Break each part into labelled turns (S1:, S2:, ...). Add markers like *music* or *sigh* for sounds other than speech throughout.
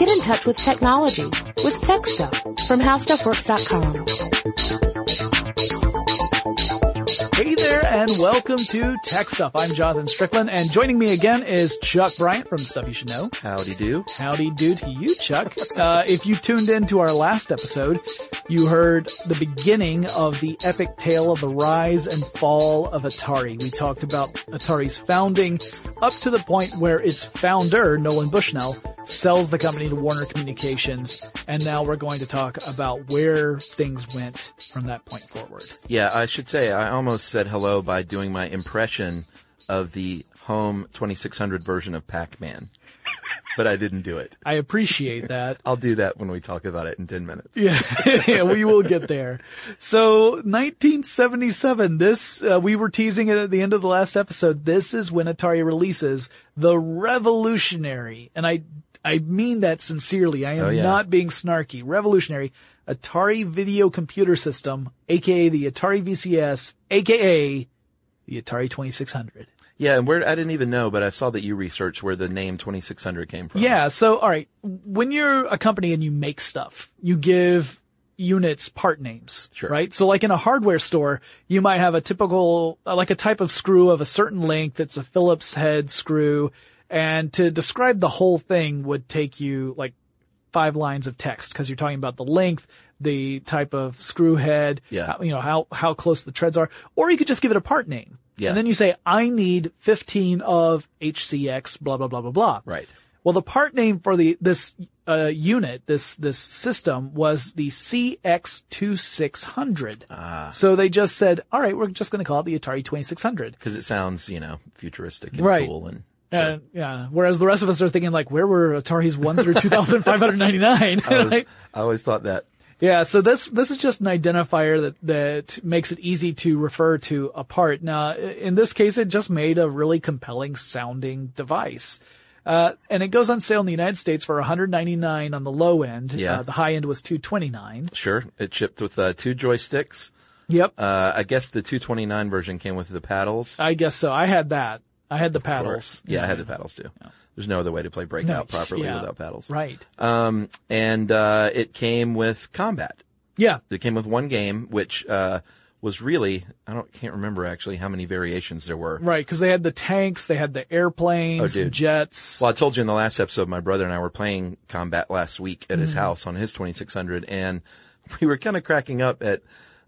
S1: in touch with technology with Tech Stuff from HowStuffWorks.com.
S2: Hey there and welcome to Tech Stuff. I'm Jonathan Strickland and joining me again is Chuck Bryant from Stuff You Should Know.
S3: Howdy do.
S2: Howdy do to you, Chuck. uh, if you tuned in to our last episode, you heard the beginning of the epic tale of the rise and fall of Atari. We talked about Atari's founding up to the point where its founder, Nolan Bushnell, sells the company to Warner Communications. And now we're going to talk about where things went from that point forward.
S3: Yeah, I should say I almost said hello by doing my impression of the home 2600 version of Pac-Man. but I didn't do it.
S2: I appreciate that.
S3: I'll do that when we talk about it in 10 minutes.
S2: Yeah, *laughs* yeah we will get there. So 1977, this, uh, we were teasing it at the end of the last episode. This is when Atari releases the revolutionary, and I, I mean that sincerely. I am oh, yeah. not being snarky. Revolutionary Atari video computer system, aka the Atari VCS, aka the Atari 2600.
S3: Yeah, and where I didn't even know, but I saw that you researched where the name 2600 came from.
S2: Yeah, so all right, when you're a company and you make stuff, you give units part names,
S3: sure.
S2: right? So like in a hardware store, you might have a typical uh, like a type of screw of a certain length that's a Phillips head screw, and to describe the whole thing would take you like five lines of text because you're talking about the length, the type of screw head,
S3: yeah.
S2: How, you know, how how close the treads are, or you could just give it a part name.
S3: Yeah.
S2: And then you say, I need 15 of HCX, blah, blah, blah, blah, blah.
S3: Right.
S2: Well, the part name for the, this, uh, unit, this, this system was the CX2600.
S3: Ah.
S2: So they just said, all right, we're just going to call it the Atari 2600.
S3: Cause it sounds, you know, futuristic and
S2: Right.
S3: cool and
S2: Uh, yeah. Whereas the rest of us are thinking like, where were Atari's one
S3: *laughs*
S2: through 2,599?
S3: I,
S2: *laughs*
S3: was,
S2: Like,
S3: I always thought that.
S2: Yeah, so this this is just an identifier that that makes it easy to refer to a part. Now, in this case, it just made a really compelling sounding device, uh, and it goes on sale in the United States for 199 on the low end.
S3: Yeah.
S2: Uh, the high end was 229.
S3: Sure. It shipped with uh, two joysticks.
S2: Yep,
S3: Uh, I guess the 229 version came with the paddles.
S2: I guess so. I had that. I had the paddles.
S3: Yeah, I had the paddles too. There's no other way to play Breakout properly
S2: yeah.
S3: without paddles.
S2: Right.
S3: Um, and, uh, it came with combat.
S2: Yeah.
S3: It came with one game, which, uh, was really, I don't, can't remember actually how many variations there were.
S2: Right, because they had the tanks, they had the airplanes,
S3: Oh, dude.
S2: jets.
S3: Well, I told you in the last episode, my brother and I were playing combat last week at
S2: Mm-hmm.
S3: his house on his 2600 and *laughs* we were kind of cracking up at,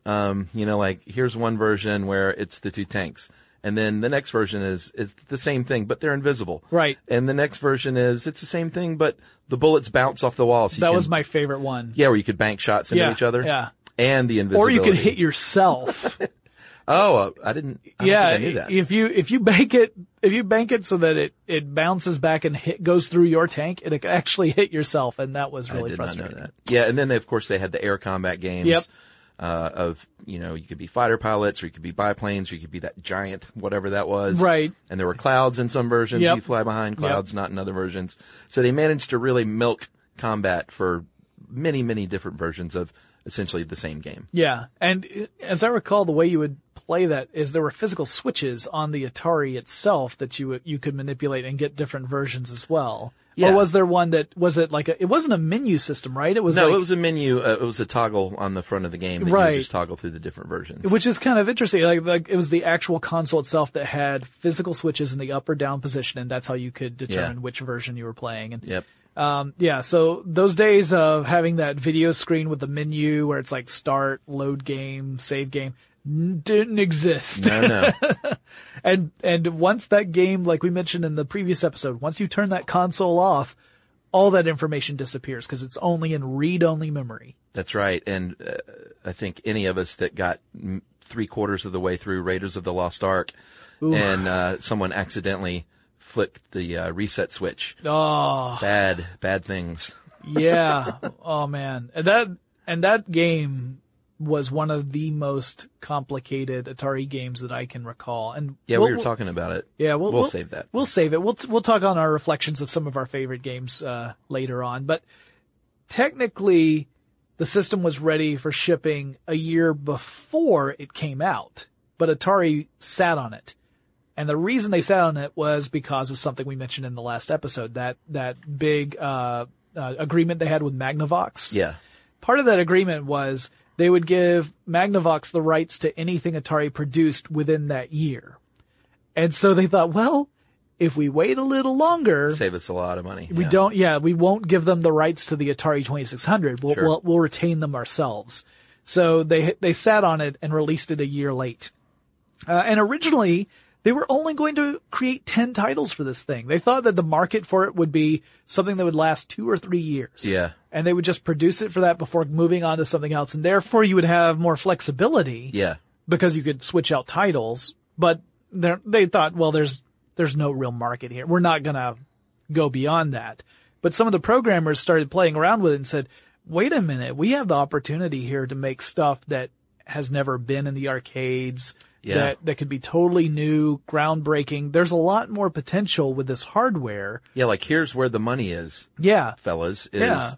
S3: um, you know, like here's one version where it's the two tanks. And then the next version is, it's the same thing, but they're invisible.
S2: Right.
S3: And the next version is, it's the same thing, but the bullets bounce off the walls.
S2: that was my favorite one.
S3: yeah, where you could bank shots into
S2: Yeah,
S3: each other.
S2: yeah.
S3: And the invisibility.
S2: Or you could hit
S3: *laughs*
S2: yourself.
S3: Oh, uh, I didn't. I
S2: yeah,
S3: yeah, think I knew that.
S2: if you if you bank it if you bank it so that it it bounces back and hit goes through your tank, it could actually hit yourself, and that was
S3: I
S2: really
S3: did not know
S2: frustrating.
S3: that. Yeah, and then they, of course they had the air combat games.
S2: Yep.
S3: Uh, of you know you could be fighter pilots or you could be biplanes or you could be that giant whatever that was
S2: Right.
S3: and there were clouds in some versions
S2: Yep.
S3: you fly behind clouds not in other versions so they managed to really milk combat for many many different versions of essentially the same game
S2: Yeah, and uh, as I recall, the way you would play that is there were physical switches on the Atari itself that you would- you could manipulate and get different versions as well.
S3: Yeah.
S2: Or was there one that was it like a, it wasn't a menu system, right? It was
S3: no
S2: like,
S3: it was a menu uh, it was a toggle on the front of the game that you
S2: Right.
S3: would just toggle through the different versions
S2: which is kind of interesting. Like, like it was the actual console itself that had physical switches in the up or down position, and that's how you could determine which version you were playing. And
S3: yep
S2: Um, yeah, so those days of having that video screen with the menu where it's like start, load game, save game n- didn't exist.
S3: no no
S2: and, and once that game, like we mentioned in the previous episode, once you turn that console off, all that information disappears because it's only in read-only memory.
S3: That's right. And uh, I think any of us that got m- three quarters of the way through Raiders of the Lost Ark and uh, someone accidentally flicked the uh, reset switch. Ah.
S2: Oh,
S3: Bad, bad things.
S2: *laughs* yeah. oh man. And that, and that game was one of the most complicated Atari games that I can recall. And
S3: Yeah,
S2: we'll-
S3: we were talking about it.
S2: Yeah, we'll,
S3: we'll, save that.
S2: We'll save it. We'll t- we'll talk on our reflections of some of our favorite games uh, later on. But technically, the system was ready for shipping a year before it came out, but Atari sat on it. And the reason they sat on it was because of something we mentioned in the last episode that that big uh, uh, agreement they had with Magnavox.
S3: Yeah.
S2: Part of that agreement was they would give Magnavox the rights to anything Atari produced within that year. And so they thought, well, if we wait a little longer,
S3: Save us a lot of money.
S2: we
S3: Yeah.
S2: don't, yeah, we won't give them the rights to the Atari 2600. We'll,
S3: Sure.
S2: we'll, we'll retain them ourselves. So they, they sat on it and released it a year late. Uh, and originally they were only going to create 10 titles for this thing. They thought that the market for it would be something that would last two or three years.
S3: Yeah.
S2: And they would just produce it for that before moving on to something else. And therefore you would have more flexibility
S3: Yeah.
S2: because you could switch out titles, but they're- they thought, well, there's, there's no real market here. We're not going to go beyond that. But some of the programmers started playing around with it and said, wait a minute, we have the opportunity here to make stuff that has never been in the arcades.
S3: Yeah.
S2: That, that could be totally new, groundbreaking. There's a lot more potential with this hardware.
S3: Yeah. Like here's where the money is,
S2: Yeah.
S3: fellas, is
S2: Yeah.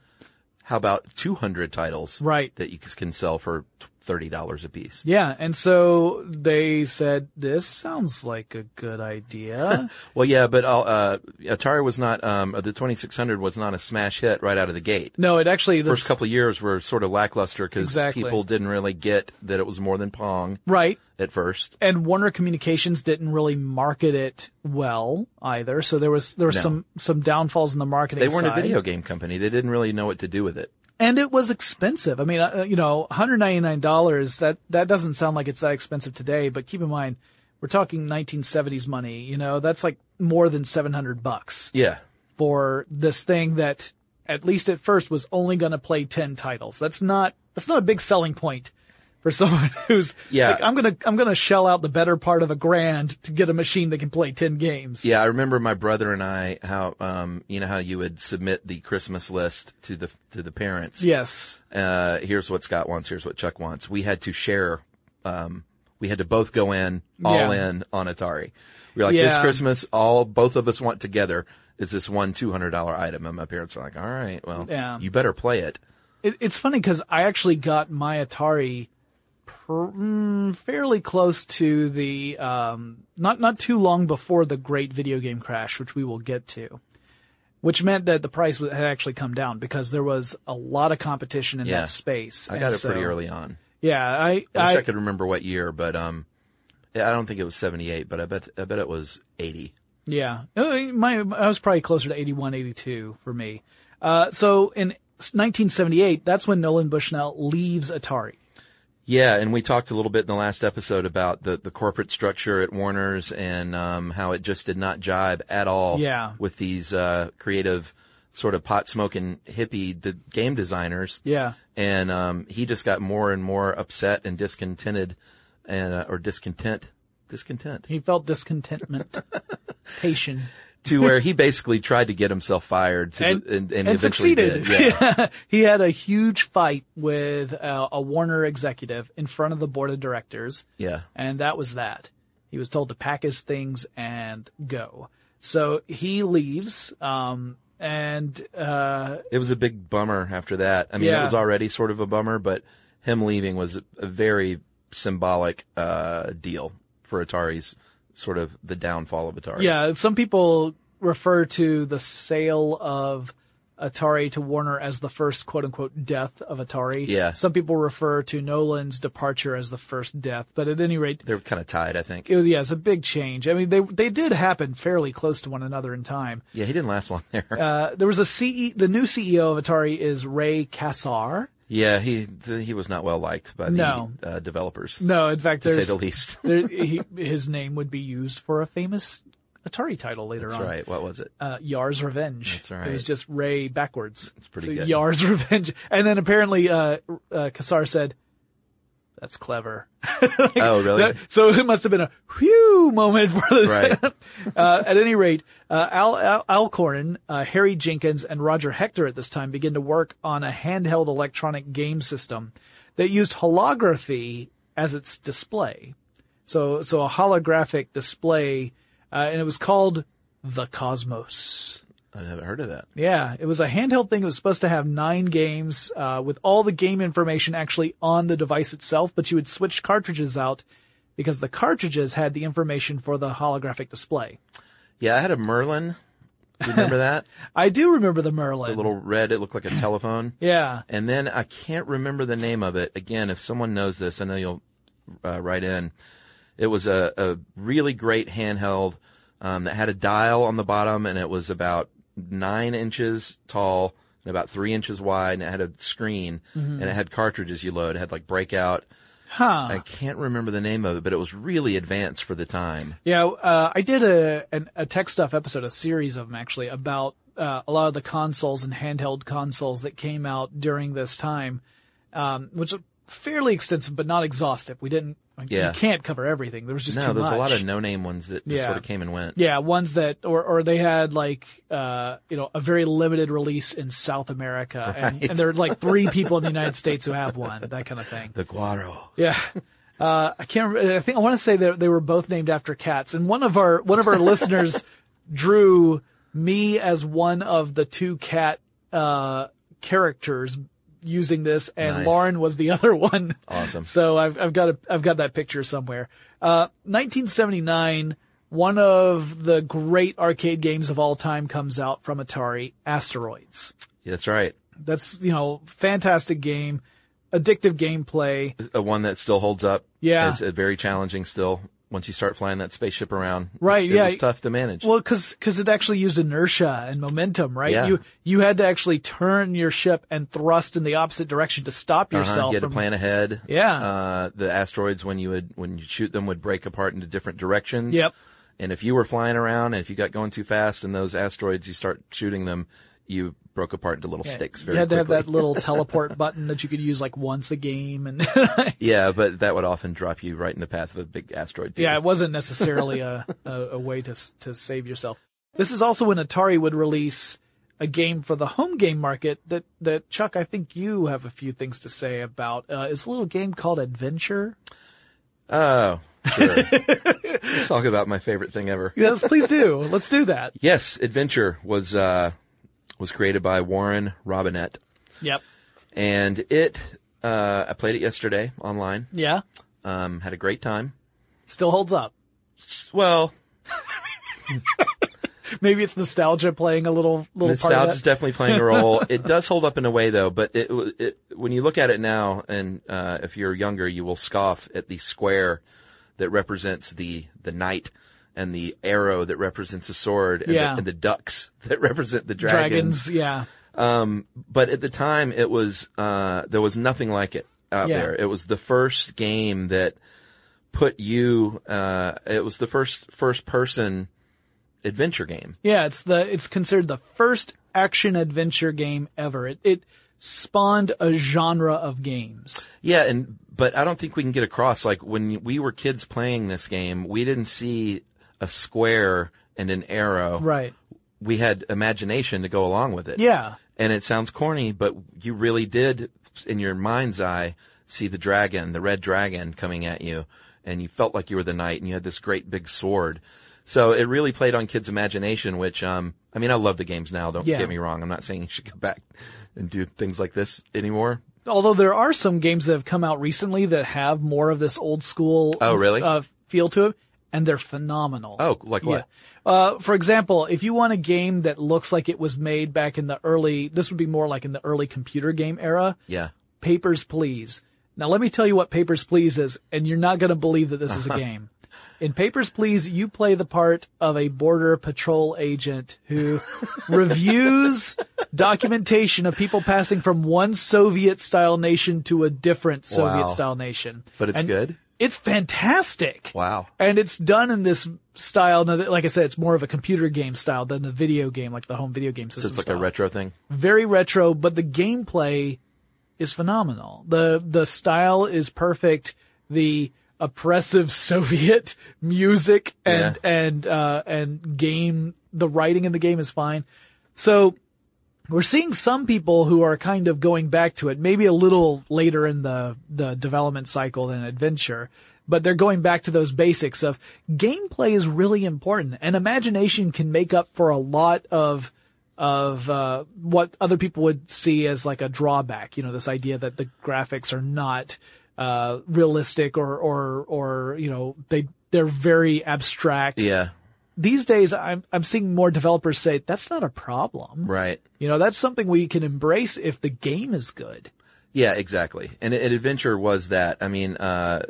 S3: how about 200 titles?
S2: Right.
S3: That you can sell for $30 a piece.
S2: Yeah. And so they said, this sounds like a good
S3: *laughs*
S2: idea.
S3: Well, yeah, but I'll, uh, Atari was not, um, the 2600 was not a smash hit right out of the gate.
S2: no, it actually, this,
S3: First couple of years were sort of lackluster because
S2: Exactly.
S3: people didn't really get that it was more than Pong
S2: right.
S3: at first.
S2: and Warner Communications didn't really market it well either. So there was there were
S3: No.
S2: some some downfalls in the marketing.
S3: They weren't a
S2: side.
S3: video game company. They didn't really know what to do with it.
S2: and it was expensive. I mean, uh, you know, one hundred ninety nine dollars. That that doesn't sound like it's that expensive today, but keep in mind we're talking nineteen seventies money. You know, that's like more than seven hundred bucks
S3: Yeah.
S2: for this thing that at least at first was only going to play 10 titles. That's not, that's not a big selling point for *laughs* someone who's,
S3: Yeah.
S2: like, I'm going to, I'm going to shell out the better part of a grand to get a machine that can play 10 games.
S3: Yeah. I remember my brother and I, how, um, you know, how you would submit the Christmas list to the, to the parents.
S2: Yes.
S3: Uh, here's what Scott wants. Here's what Chuck wants. We had to share, um, we had to both go in, all
S2: Yeah.
S3: in on Atari. We were like, this
S2: Yeah.
S3: Christmas, all, both of us want together is this one $200 item. And my parents were like, all right, well,
S2: Yeah.
S3: you better play it.
S2: It, it's funny because I actually got my Atari pr- mm, fairly close to the um, not not too long before the great video game crash, which we will get to, which meant that the price wa- had actually come down because there was a lot of competition in
S3: Yeah.
S2: that space.
S3: I
S2: And
S3: got it
S2: so-
S3: pretty early on.
S2: Yeah, I
S3: I wish
S2: I,
S3: I, could remember what year, but, um, I don't think it was 78, but I bet, I bet it was 80.
S2: Yeah. Uh, My, I was probably closer to 81, 82 for me. Uh, so in 1978, that's when Nolan Bushnell leaves Atari.
S3: Yeah, and we talked a little bit in the last episode about the, the corporate structure at Warner's and um, how it just did not jibe at all
S2: Yeah.
S3: with these uh, creative sort of pot smoking hippie d- game designers.
S2: Yeah.
S3: And um, he just got more and more upset and discontented and uh, or discontent discontent
S2: He felt
S3: *laughs*
S2: discontentment. Patient.
S3: to where he basically tried to get himself fired to,
S2: And-
S3: and, and,
S2: and
S3: eventually
S2: succeeded.
S3: did. Yeah.
S2: *laughs* he had a huge fight with uh, a Warner executive in front of the board of directors.
S3: yeah.
S2: And that was that. He was told to pack his things and go. So he leaves, um, and, uh,
S3: It was a big bummer after that. I mean,
S2: Yeah.
S3: it was already sort of a bummer, but him leaving was a, a very symbolic uh, deal for Atari's sort of the downfall of Atari.
S2: Yeah, some people refer to the sale of Atari to Warner as the first quote unquote death of Atari.
S3: Yeah.
S2: Some people refer to Nolan's departure as the first death, but at any rate,
S3: They're kind of tied, I think.
S2: it was, yeah, it's a big change. I mean, they, they did happen fairly close to one another in time.
S3: Yeah, he didn't last long there.
S2: Uh, there was a CE, the new CEO of Atari is Ray Kassar.
S3: yeah, he th- he was not well liked by the
S2: No.
S3: uh, developers,
S2: No, in fact,
S3: to
S2: there's,
S3: say the least. *laughs*
S2: there, he, his name would be used for a famous Atari title later
S3: That's
S2: on.
S3: right.
S2: *laughs*
S3: What was it?
S2: uh, Yar's Revenge.
S3: That's right.
S2: It was just Ray backwards. It's
S3: pretty
S2: so
S3: good.
S2: Yar's *laughs* Revenge. And then apparently, uh, uh, Kassar said, that's clever.
S3: oh, really?
S2: That- *laughs* so it must have been a whew moment for the,
S3: Right.
S2: *laughs* uh, at any rate, uh, Al, Al, Alcorn, uh, Harry Jenkins and Roger Hector at this time began to work on a handheld electronic game system that used holography as its display. So, so a holographic display, uh, and it was called the Cosmos.
S3: I haven't heard of that.
S2: Yeah, it was a handheld thing. It was supposed to have nine games, uh, with all the game information actually on the device itself, but you would switch cartridges out because the cartridges had the information for the holographic display.
S3: Yeah, I had a Merlin Do you
S2: *laughs*
S3: remember that?
S2: I do remember the Merlin.
S3: The little red, it looked like a telephone.
S2: yeah.
S3: And then I can't remember the name of it. Again, if someone knows this, I know you'll uh, write in. It was a, a really great handheld um, that had a dial on the bottom, and it was about nine inches tall and about three inches wide, and it had a screen,
S2: Mm-hmm.
S3: and it had cartridges you load. It had like breakout.
S2: Huh.
S3: I can't remember the name of it, but it was really advanced for the time.
S2: Yeah, uh, I did a an, a tech stuff episode, a series of them actually, about uh, a lot of the consoles and handheld consoles that came out during this time, um, which was fairly extensive but not exhaustive. We didn't, like,
S3: Yeah.
S2: you can't cover everything. There was just
S3: No,
S2: too
S3: there's
S2: much.
S3: a lot of no-name ones that just
S2: Yeah.
S3: sort of came and went.
S2: yeah, ones that, or, or they had like, uh, you know, a very limited release in South America and, and there are like three people in the United States who have one, that kind of thing.
S3: The Guaro.
S2: Yeah. Uh, I can't remember. I think I want to say that they were both named after cats. And one of our, one of our
S3: *laughs*
S2: listeners drew me as one of the two cat, uh, characters using this and
S3: Nice.
S2: Lauren was the other one.
S3: Awesome.
S2: So I've, I've got a, I've got that picture somewhere. Uh, 1979, one of the great arcade games of all time comes out from Atari, Asteroids.
S3: Yeah, that's right.
S2: That's, you know, fantastic game, addictive gameplay.
S3: a one that still holds up.
S2: Yeah.
S3: Is uh, very challenging still. Once you start flying that spaceship around,
S2: Right,
S3: It
S2: yeah.
S3: was tough to manage.
S2: Well, cause, 'cause it actually used inertia and momentum, right?
S3: Yeah.
S2: You, you had to actually turn your ship and thrust in the opposite direction to stop
S3: Uh-huh,
S2: yourself
S3: you had
S2: from,
S3: to plan ahead.
S2: Yeah.
S3: Uh, the asteroids when you would when you shoot them would break apart into different directions.
S2: Yep.
S3: And if you were flying around and if you got going too fast and those asteroids you start shooting them, you broke apart into little sticks
S2: you
S3: very
S2: had to have
S3: quickly.
S2: that
S3: *laughs*
S2: little teleport button that you could use like once a game. And *laughs*
S3: yeah, but that would often drop you right in the path of a big asteroid. too.
S2: yeah, it wasn't necessarily a, a, a way to, s- to save yourself. This is also when Atari would release a game for the home game market that, that Chuck, I think you have a few things to say about. Uh, it's a little game called Adventure.
S3: Oh,
S2: *laughs*
S3: sure. Let's talk about my favorite thing ever.
S2: Yes, please *laughs* do. Let's do that.
S3: Yes, Adventure was uh, was created by Warren Robinette,
S2: Yep.
S3: and it uh, I played it yesterday online.
S2: Yeah.
S3: Um, had a great time.
S2: Still holds up.
S3: S- Well,
S2: Maybe it's nostalgia playing a little little part
S3: nostalgia's
S2: of that. *laughs*
S3: definitely playing a role. it does hold up in a way though, but it, w- it when you look at it now, and uh, if you're younger, you will scoff at the square that represents the the knight. And the arrow that represents a sword, and,
S2: Yeah.
S3: the, and the ducks *laughs* that represent the dragons.
S2: Dragons, yeah,
S3: but at the time it was uh there was nothing like it out
S2: Yeah.
S3: there it was the first game that put you uh it was the first first person adventure game
S2: yeah. It's the it's considered the first action adventure game ever. It it spawned a genre of games.
S3: yeah and but i don't think we can get across like when we were kids playing this game we didn't see a square and an arrow
S2: Right.
S3: we had imagination to go along with it
S2: Yeah.
S3: and it sounds corny, but you really did, in your mind's eye, see the dragon, the red dragon coming at you, and you felt like you were the knight, and you had this great big sword. So it really played on kids' imagination, which, um, I mean, I love the games now. Don't
S2: Yeah.
S3: get me wrong. I'm not saying you should go back and do things like this anymore.
S2: Although there are some games that have come out recently that have more of this old school.
S3: Oh, really?
S2: Uh, feel to them, and they're phenomenal.
S3: Oh, like what?
S2: Yeah. Uh, for example, if you want a game that looks like it was made back in the early, this would be more like in the early computer game era.
S3: Yeah.
S2: Papers, Please. Now let me tell you what Papers, Please is, and you're not going to believe that this
S3: *laughs*
S2: is a game. In Papers, Please, you play the part of a border patrol agent
S3: *laughs*
S2: who reviews documentation of people passing from one Soviet style nation to a different Soviet style nation.
S3: But it's
S2: And
S3: good?
S2: It's fantastic.
S3: Wow.
S2: And it's done in this style. Now, that- like I said, it's more of a computer game style than the video game, like the home video game system.
S3: So it's like a
S2: style
S3: retro thing.
S2: very retro, but the gameplay is phenomenal. The the style is perfect. The oppressive *laughs* Soviet music and and uh and game the writing in the game is fine. So we're seeing some people who are kind of going back to it, maybe a little later in the the development cycle than adventure, but they're going back to those basics of gameplay is really important and imagination can make up for a lot of of uh, what other people would see as like a drawback. You know, this idea that the graphics are not uh, realistic or or or you know they they're very abstract
S3: Yeah.
S2: these days I'm, I'm seeing more developers say that's not a problem.
S3: Right.
S2: You know, that's something we can embrace if the game is good.
S3: Yeah, exactly. And, and Adventure was that. I mean, uh,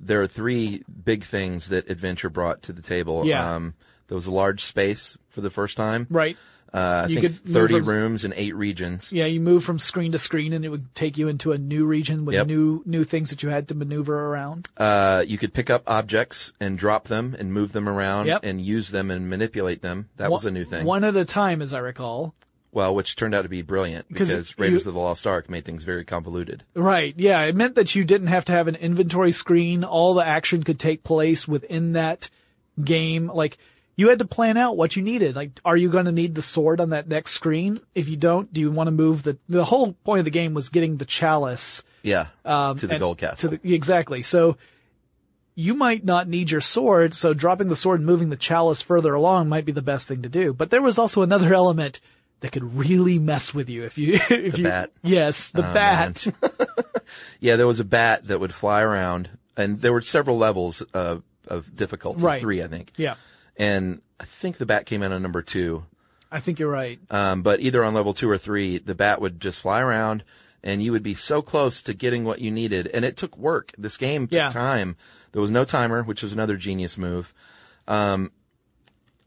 S3: there are three big things that Adventure brought to the table.
S2: Yeah.
S3: Um, there was a large space for the first time.
S2: Right.
S3: Uh, I
S2: You
S3: think
S2: could move
S3: 30
S2: from-
S3: rooms and eight regions.
S2: Yeah, you move from screen to screen and it would take you into a new region with
S3: Yep.
S2: new, new things that you had to maneuver around.
S3: Uh, you could pick up objects and drop them and move them around
S2: Yep.
S3: and use them and manipulate them. That was a new thing.
S2: One at a time, as I recall.
S3: well, which turned out to be brilliant
S2: 'Cause
S3: because
S2: it-
S3: Raiders
S2: you-
S3: of the Lost Ark made things very convoluted.
S2: Right. Yeah. It meant that you didn't have to have an inventory screen. All the action could take place within that game. Like you had to plan out what you needed. Like, are you going to need the sword on that next screen? If you don't, do you want to move the, the whole point of the game was getting the chalice
S3: Yeah.
S2: um,
S3: to the
S2: and-
S3: gold castle.
S2: To the, exactly. So you might not need your sword, so dropping the sword and moving the chalice further along might be the best thing to do. But there was also another *laughs* element that could really mess with you if you *laughs* if you
S3: bat. Oh,
S2: yes the bat
S3: Yeah, there was a bat that would fly around, and there were several levels of, of difficulty.
S2: Right.
S3: Three, I think.
S2: *laughs* yeah
S3: And I think the bat came in on number two.
S2: I think you're right
S3: Um, but either on level two or three, the bat would just fly around, and you would be so close to getting what you needed. And it took work. This game took
S2: Yeah.
S3: time. There was no timer, which was another genius move. Um,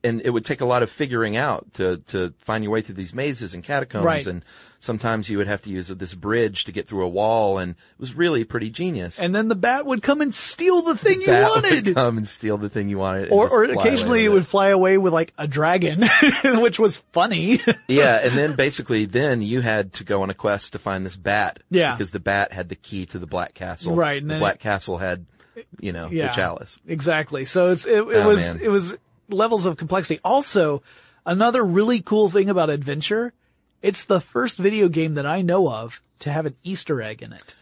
S3: and it would take a lot of figuring out to, to find your way through these mazes and catacombs.
S2: Right.
S3: And sometimes you would have to use this bridge to get through a wall. And it was really pretty genius.
S2: and then the bat would come and steal the thing you
S3: Bat would
S2: wanted
S3: come and steal the thing you wanted, and
S2: or
S3: just
S2: or
S3: fly away
S2: occasionally it *laughs*
S3: with
S2: would fly away with like a dragon *laughs* which was funny *laughs*
S3: yeah, and then basically, then you had to go on a quest to find this bat.
S2: Yeah.
S3: because the bat had the key to the Black Castle.
S2: Right, and
S3: the
S2: then
S3: Black Castle had, you know,
S2: Yeah.
S3: the chalice.
S2: Exactly. So it's it, it
S3: Oh,
S2: was
S3: man.
S2: it was levels of complexity. Also, another really cool thing about Adventure, it's the first video game that I know of to have an Easter egg in it.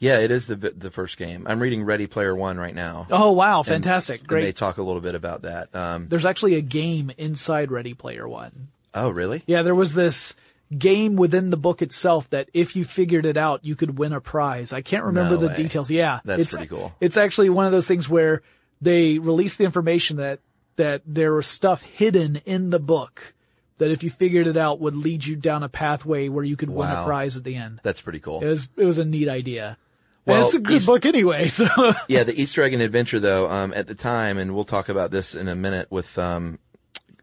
S3: Yeah, it is the the first game. I'm reading Ready Player One right now.
S2: Oh wow, fantastic.
S3: And they
S2: Great.
S3: talk a little bit about that. Um,
S2: There's actually a game inside Ready Player 1.
S3: oh, really?
S2: Yeah, there was this game within the book itself that if you figured it out, you could win a prize. I can't remember
S3: No
S2: the
S3: way.
S2: details. Yeah.
S3: That's
S2: it's,
S3: pretty cool.
S2: It's actually one of those things where they release the information that, that there was stuff hidden in the book that if you figured it out would lead you down a pathway where you could win a
S3: Wow.
S2: prize at the end.
S3: That's pretty cool.
S2: It was, it was a neat idea. and
S3: Well,
S2: it's a good
S3: East-
S2: book anyway, *laughs*
S3: *laughs*
S2: so.
S3: yeah, the Easter egg and adventure though, um, at the time, and we'll talk about this in a minute with um,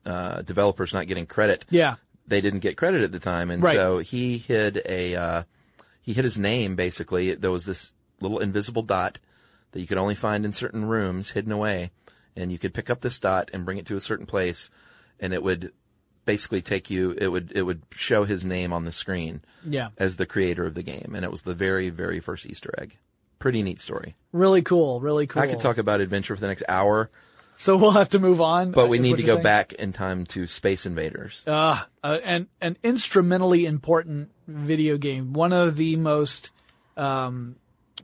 S3: uh, developers not getting credit.
S2: yeah.
S3: they didn't get credit at the time, and
S2: Right.
S3: so he hid a uh, he hid his name basically. There was this little invisible dot that you could only find in certain rooms, hidden away, and you could pick up this dot and bring it to a certain place, and it would basically take you. It would it would show his name on the screen
S2: Yeah.
S3: as the creator of the game, and it was the very very first Easter egg. Pretty neat story.
S2: Really cool. Really cool.
S3: I could talk about adventure for the next hour,
S2: So we'll have to move on.
S3: but we
S2: is
S3: need
S2: what
S3: to
S2: you're
S3: go
S2: saying?
S3: back in time to Space Invaders.
S2: uh, uh, an an instrumentally important video game, one of the most um,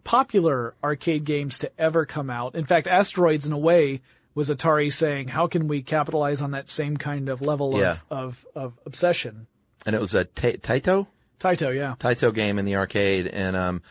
S2: popular arcade games to ever come out. In fact, Asteroids, in a way, was Atari saying, "How can we capitalize on that same kind of level
S3: Yeah.
S2: of, of of obsession?"
S3: and it was a Ta- Taito.
S2: Taito, yeah,
S3: Taito game in the arcade, and um,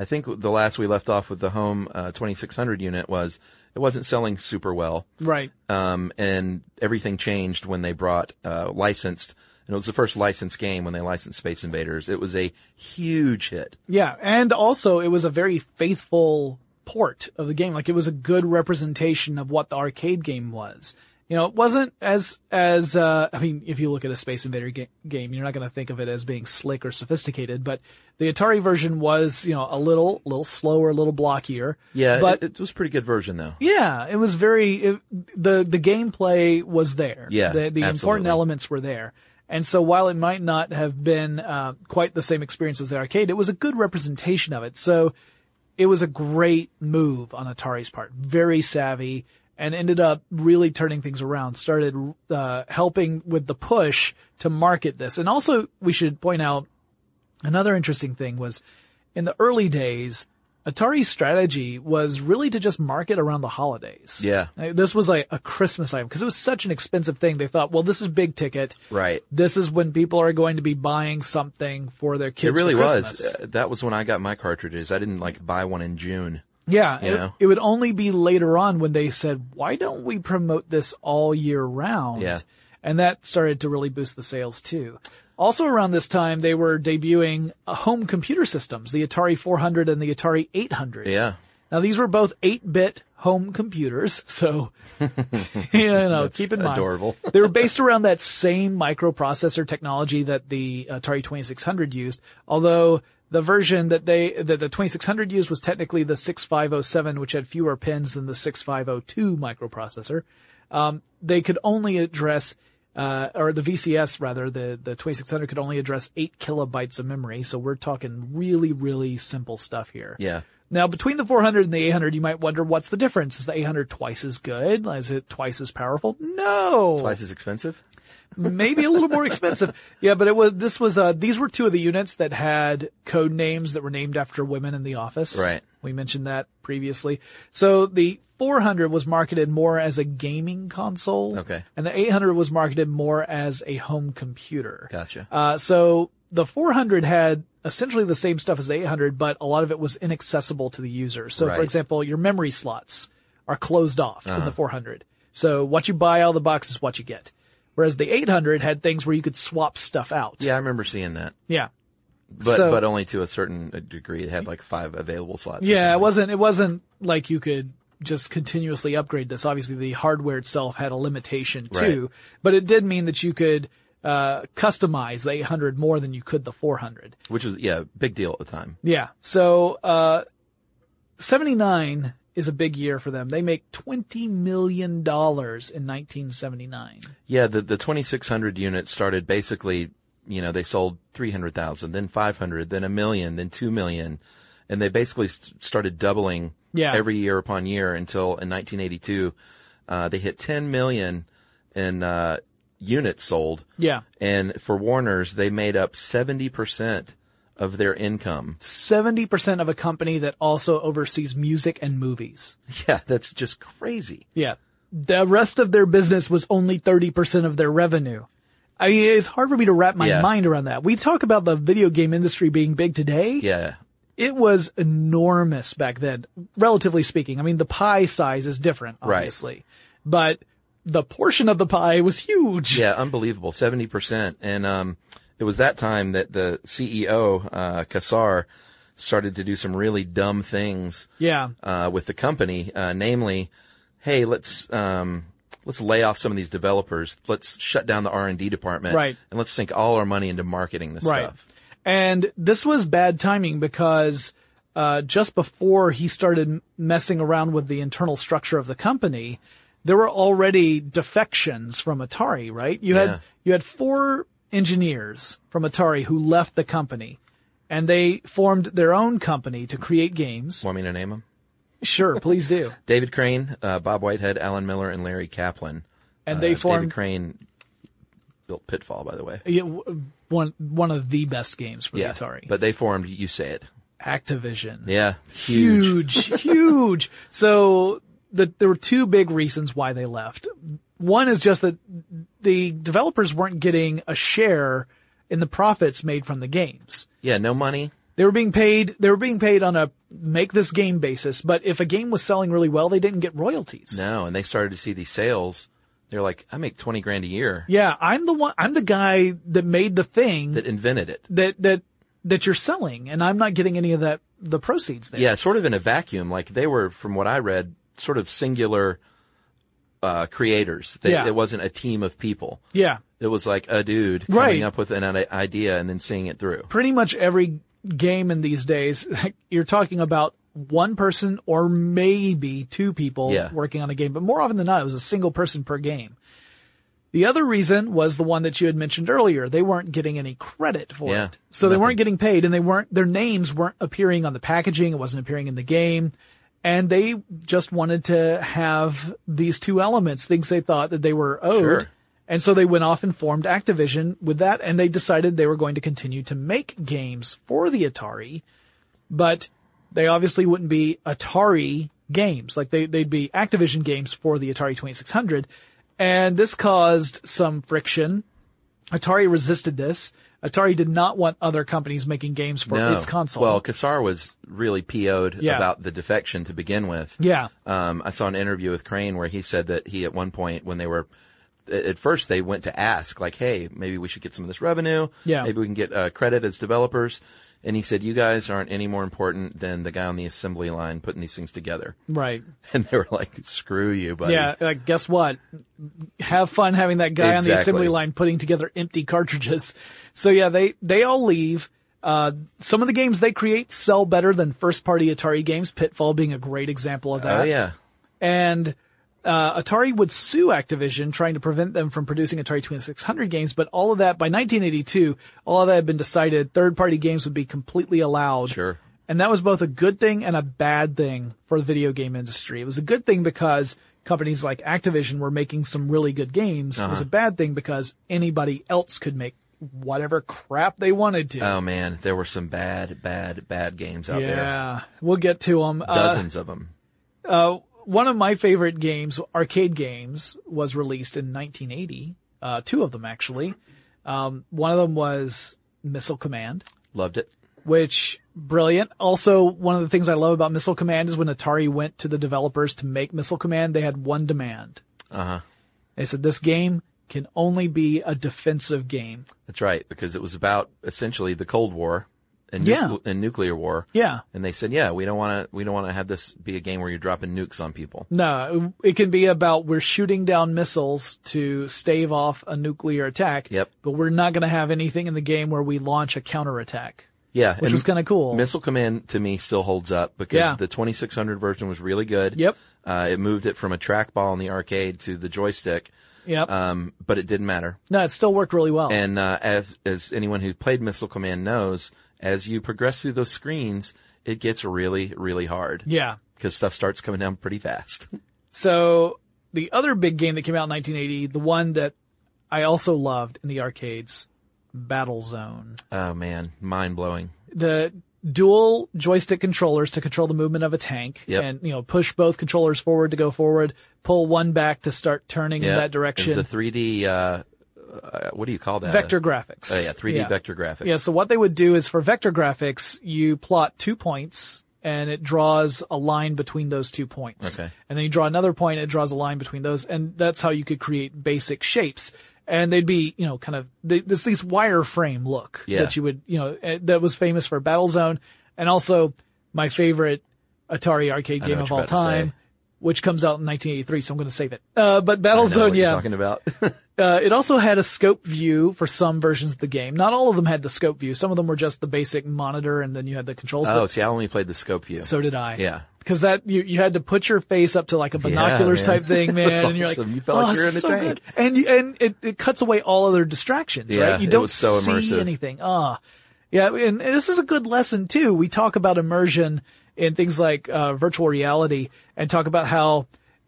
S3: I think the last we left off with the home uh, 2600 unit was it wasn't selling super well,
S2: right.
S3: um, and everything changed when they brought uh, licensed, and it was the first licensed game when they licensed Space Invaders. It was a huge hit.
S2: Yeah, and also it was a very faithful port of the game. Like it was a good representation of what the arcade game was. You know, it wasn't as as uh, I mean, if you look at a Space Invader ga- game, you're not going to think of it as being slick or sophisticated. But the Atari version was, you know, a little little slower, a little blockier.
S3: Yeah,
S2: but
S3: it, it was a pretty good version though.
S2: yeah, it was very it, the the gameplay was there.
S3: Yeah,
S2: the, the important
S3: absolutely.
S2: elements were there, and so while it might not have been uh, quite the same experience as the arcade, it was a good representation of it. So it was a great move on Atari's part, very savvy, and ended up really turning things around. Started uh, helping with the push to market this, and also we should point out Another interesting thing was in the early days, Atari's strategy was really to just market around the holidays.
S3: Yeah.
S2: Uh, This was like a Christmas item because it was such an expensive thing. They thought, well, this is big ticket.
S3: Right.
S2: This is when people are going to be buying something for their kids.
S3: It really
S2: for
S3: was.
S2: Christmas.
S3: Uh, That was when I got my cartridges. I didn't like buy one in June.
S2: Yeah,
S3: You
S2: it,
S3: know?
S2: it would only be later on when they said, "Why don't we promote this all year round?"
S3: Yeah.
S2: and that started to really boost the sales too. Also around this time, they were debuting uh, home computer systems, the Atari 400 and the Atari 800.
S3: Yeah.
S2: Now these were both 8-bit home computers,
S3: *laughs*
S2: so you know, keep in mind.
S3: adorable.
S2: *laughs* they were based around that same microprocessor technology that the Atari 2600 used, although the version that they that the 2600 used was technically the 6507 which had fewer pins than the 6502 microprocessor. Um, they could only address uh, or the VCS rather, the, the 2600 could only address 8 kilobytes of memory, so we're talking really, really simple stuff here.
S3: Yeah.
S2: Now, between the 400 and the 800, you might wonder what's the difference? Is the 800 twice as good? Is it twice as powerful? No,
S3: Twice as expensive?
S2: *laughs* maybe a little more expensive. Yeah, but it was this was uh these were two of the units that had code names that were named after women in the office.
S3: Right.
S2: We mentioned that previously. So the 400 was marketed more as a gaming console.
S3: Okay.
S2: And the 800 was marketed more as a home computer.
S3: Gotcha.
S2: Uh, so the 400 had essentially the same stuff as the 800, but a lot of it was inaccessible to the user. So
S3: Right. Uh-huh.
S2: for example, your memory slots are closed off in the 400. So what you buy out of the box is what you get. Whereas the 800 had things where you could swap stuff out.
S3: Yeah, I remember seeing that.
S2: Yeah.
S3: But
S2: So-
S3: but only to a certain uh, degree. It had like five available slots. or
S2: Yeah, it
S3: something.
S2: wasn't it wasn't like you could just continuously upgrade this. Obviously, the hardware itself had a limitation too,
S3: Right.
S2: but it did mean that you could uh, customize the 800 more than you could the 400.
S3: Which was, yeah, big deal at the time.
S2: Yeah. So uh, 79 is a big year for them. They make 20 million dollars in 1979.
S3: Yeah, the, the 2600 units started basically, you know, they sold 300,000, then 500, then a million, then 2 million. And they basically st- started doubling
S2: Yeah.
S3: every year upon year until in 1982, uh, they hit 10 million in, uh, units sold.
S2: Yeah.
S3: And for Warner's, they made up 70% of their income. *laughs*
S2: 70% of a company that also oversees music and movies.
S3: Yeah, that's just crazy.
S2: Yeah. The rest of their business was only 30% of their revenue. I mean, it's hard for me to wrap my
S3: Yeah.
S2: mind around that. We talk about the video game industry being big today.
S3: Yeah.
S2: It was enormous back then, relatively speaking. I mean, the pie size is different,
S3: Right.
S2: obviously, but the portion of the pie was huge.
S3: Yeah, unbelievable. 70%. And, um, it was that time that the CEO, uh, Kassar started to do some really dumb things,
S2: Yeah.
S3: uh, with the company, uh, namely, hey, let's, um, let's lay off some of these developers. Let's shut down the R&D department.
S2: Right.
S3: And let's sink all our money into marketing this
S2: Right.
S3: stuff.
S2: And this was bad timing because uh, just before he started messing around with the internal structure of the company, there were already defections from Atari. Right? You
S3: Yeah.
S2: had you had four engineers from Atari who left the company, and they formed their own company to create games.
S3: Want me to name them?
S2: Sure, please
S3: *laughs*
S2: do.
S3: David Crane, uh, Bob Whitehead, Alan Miller, and Larry Kaplan.
S2: And they
S3: Uh, David
S2: formed
S3: Crane built Pitfall, by the way.
S2: yeah, w- one one of the best games for the Atari.
S3: But they formed, you say it.
S2: Activision.
S3: Yeah. *laughs*
S2: huge, huge. So the, there were two big reasons why they left. One is just that the developers weren't getting a share in the profits made from the games.
S3: Yeah. No money.
S2: They were being paid, they were being paid on a make this game basis, but if a game was selling really well, they didn't get royalties.
S3: No, and they started to see these sales. They're like, I make 20 grand a year
S2: Yeah, I'm the one, I'm the guy that made the thing
S3: that
S2: that,
S3: invented it.
S2: that, that, you're selling and I'm not getting any of that, the proceeds there.
S3: Yeah, sort of in a vacuum. Like they were, from what I read, sort of singular, uh, creators. They,
S2: Yeah.
S3: It wasn't a team of people.
S2: Yeah.
S3: It was like a dude
S2: Right.
S3: coming up with an i- idea and then seeing it through.
S2: pretty much every game in these days, *laughs* you're talking about one person or maybe two people
S3: Yeah.
S2: working on a game, but more often than not, it was a single person per game. The other reason was the one that you had mentioned earlier. They weren't getting any credit for
S3: Yeah,
S2: it. So they
S3: nothing.
S2: weren't getting paid and they weren't, their names weren't appearing on the packaging. It wasn't appearing in the game. And they just wanted to have these two elements, things they thought that they were owed.
S3: Sure.
S2: And so they went off and formed Activision with that, and they decided they were going to continue to make games for the Atari, but they obviously wouldn't be Atari games. Like they, they'd be Activision games for the Atari 2600. And this caused some friction Atari resisted this. Atari did not want other companies making games for
S3: No.
S2: its console.
S3: Well, Kassar was really PO'd
S2: Yeah.
S3: about the defection to begin with.
S2: yeah.
S3: Um, I saw an interview with Crane where he said that he, at one point, when they were, at at first they went to ask, like, hey, maybe we should get some of this revenue.
S2: Yeah.
S3: Maybe we can get uh, credit as developers. And he said, you guys aren't any more important than the guy on the assembly line putting these things together. *laughs*
S2: Right.
S3: And they were like, screw you, buddy.
S2: Yeah. Like, guess what? Have fun having that guy on the
S3: Exactly.
S2: assembly line putting together empty cartridges. So yeah, they, they all leave. Uh, some of the games they create sell better than first party Atari games, Pitfall being a great example of that.
S3: Oh, yeah.
S2: and uh, Atari would sue Activision trying to prevent them from producing Atari 2600 games, but all of that by 1982, all of that had been decided. Third party games would be completely allowed.
S3: Sure.
S2: And that was both a good thing and a bad thing for the video game industry. It was a good thing because companies like Activision were making some really good games. It was a bad thing because anybody else could make whatever crap they wanted to.
S3: Oh, man. There were some bad, bad, bad games out there.
S2: yeah. Uh, We'll get to them.
S3: Dozens of them.
S2: one of my favorite games, arcade games, was released in 1980. Uh, two of them actually. Um, one of them was Missile Command,
S3: Loved it.
S2: which brilliant. Also, one of the things I love about Missile Command is when Atari went to the developers to make Missile Command, they had one demand.
S3: Uh huh.
S2: They said this game can only be a defensive game.
S3: That's right, because it was about essentially the Cold War and, nu-
S2: Yeah.
S3: and nuclear war.
S2: Yeah.
S3: And they said, yeah, we don't want to, we don't want to have this be a game where you're dropping nukes on people.
S2: No, it can be about we're shooting down missiles to stave off a nuclear attack.
S3: Yep.
S2: But we're not going to have anything in the game where we launch a counterattack.
S3: Yeah.
S2: which was kinda cool.
S3: Missile Command to me still holds up because
S2: Yeah.
S3: the 2600 version was really good.
S2: Yep.
S3: Uh, it moved it from a trackball in the arcade to the joystick.
S2: Yep.
S3: Um, but it didn't matter.
S2: No, it still worked really well.
S3: And, uh, as, as anyone who played Missile Command knows, as you progress through those screens, it gets really, really hard.
S2: yeah.
S3: Because stuff starts coming down
S2: *laughs*
S3: pretty fast.
S2: So the other big game that came out in 1980, the one that I also loved in the arcades, Battlezone.
S3: oh man, mind blowing.
S2: The dual joystick controllers to control the movement of a tank
S3: Yep.
S2: and, you know, push both controllers forward to go forward, pull one back to start turning in
S3: Yeah.
S2: that direction.
S3: It's a 3D, uh, uh, what do you call that?
S2: vector graphics.
S3: Oh yeah, 3D vector graphics.
S2: Yeah, so what they would do is for vector graphics, you plot two points and it draws a line between those two points.
S3: Okay.
S2: And then you draw another point, it draws a line between those, and that's how you could create basic shapes. And they'd be, you know, kind of, they, this, these wireframe look
S3: Yeah.
S2: that you would, you know, eh, that was famous for Battlezone and also my favorite Atari arcade game
S3: what
S2: of
S3: you're
S2: all
S3: about to say.
S2: time. Which comes out in 1983, so I'm going to save it. Uh, but
S3: I know
S2: Battlezone,
S3: what you're
S2: yeah, *laughs*
S3: talking about.
S2: uh, it also had a scope view for some versions of the game. Not all of them had the scope view. Some of them were just the basic monitor and then you had the controls.
S3: oh,
S2: but
S3: see, I only played the scope view.
S2: so did I.
S3: Yeah.
S2: Cause that, you, you had to put your face up to like a binoculars
S3: man.
S2: type
S3: *laughs*
S2: thing, man.
S3: That's
S2: and you're
S3: awesome.
S2: like,
S3: You felt like
S2: "Oh,
S3: you're in a
S2: so
S3: tank."
S2: good." And you, and it, it cuts away all other distractions,
S3: Yeah,
S2: right? You
S3: it
S2: don't
S3: was so
S2: see
S3: immersive.
S2: anything. Ah. Yeah. And, and this is a good lesson too. We talk about immersion in things like, uh, virtual reality and talk about how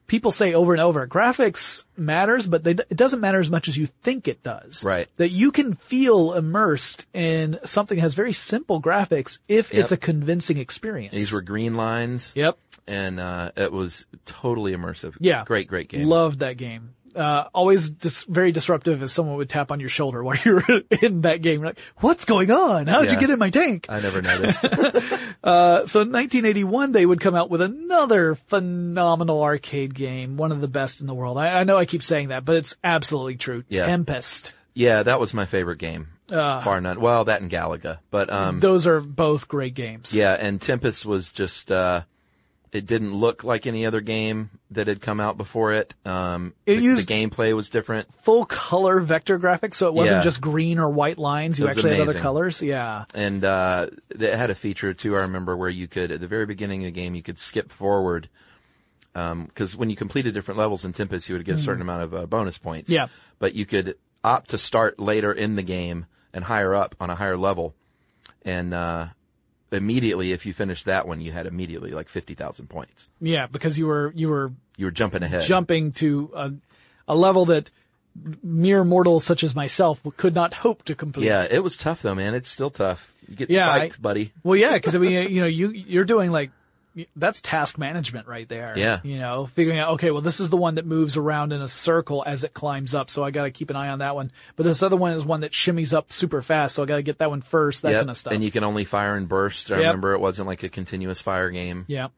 S2: people say over and over, graphics matters, but they, it doesn't matter as much as you think it does.
S3: Right.
S2: That you can feel immersed in something that has very simple graphics if it's a convincing experience.
S3: These were green lines.
S2: Yep.
S3: And, uh, it was totally immersive.
S2: Yeah.
S3: Great, great game.
S2: Loved that game. Uh, always dis- very disruptive if someone would tap on your shoulder *laughs* while you were in that game. You're like, what's going on? How'd you
S3: Yeah. Uh,
S2: get in my tank? Uh, *laughs*
S3: I never noticed.
S2: So in 1981, they would come out with another phenomenal arcade game, one of the best in the world. I, I know I keep saying that, but it's absolutely true.
S3: Yeah.
S2: Tempest.
S3: yeah, that was my favorite game. Uh, Bar none. Well, that and Galaga. But, um,
S2: Those are both great games.
S3: yeah, and Tempest was just, uh, it didn't look like any other game that had come out before it. Um,
S2: It
S3: the,
S2: used-
S3: the gameplay was different.
S2: Full color vector graphics, so it wasn't
S3: Yeah.
S2: just green or white lines. You
S3: It was
S2: actually had other
S3: amazing.
S2: colors. Yeah.
S3: and uh, it had a feature too. I remember where you could, at the very beginning of the game, you could skip forward because when you completed different levels in Tempest, you would get a certain amount of uh, bonus points.
S2: Mm. Yeah.
S3: but you could opt to start later in the game and higher up on a higher level, and uh, immediately if you finished that one, you had immediately like fifty thousand points.
S2: Yeah. Because you were, you were
S3: You were jumping ahead.
S2: jumping to a, a level that mere mortals such as myself could not hope to complete.
S3: Yeah, it was tough though, man. It's still tough. You get
S2: Yeah,
S3: spiked,
S2: I-
S3: buddy.
S2: Well, yeah, because I mean, you know, you you're doing like that's task management right there.
S3: Yeah.
S2: You know, figuring out, okay, well, this is the one that moves around in a circle as it climbs up. So I got to keep an eye on that one. But this other one is one that shimmies up super fast. So I got to get that one first, that
S3: Yep.
S2: kind of stuff.
S3: And you can only fire in bursts. I
S2: Yep.
S3: remember it wasn't like a continuous fire game.
S2: yeah.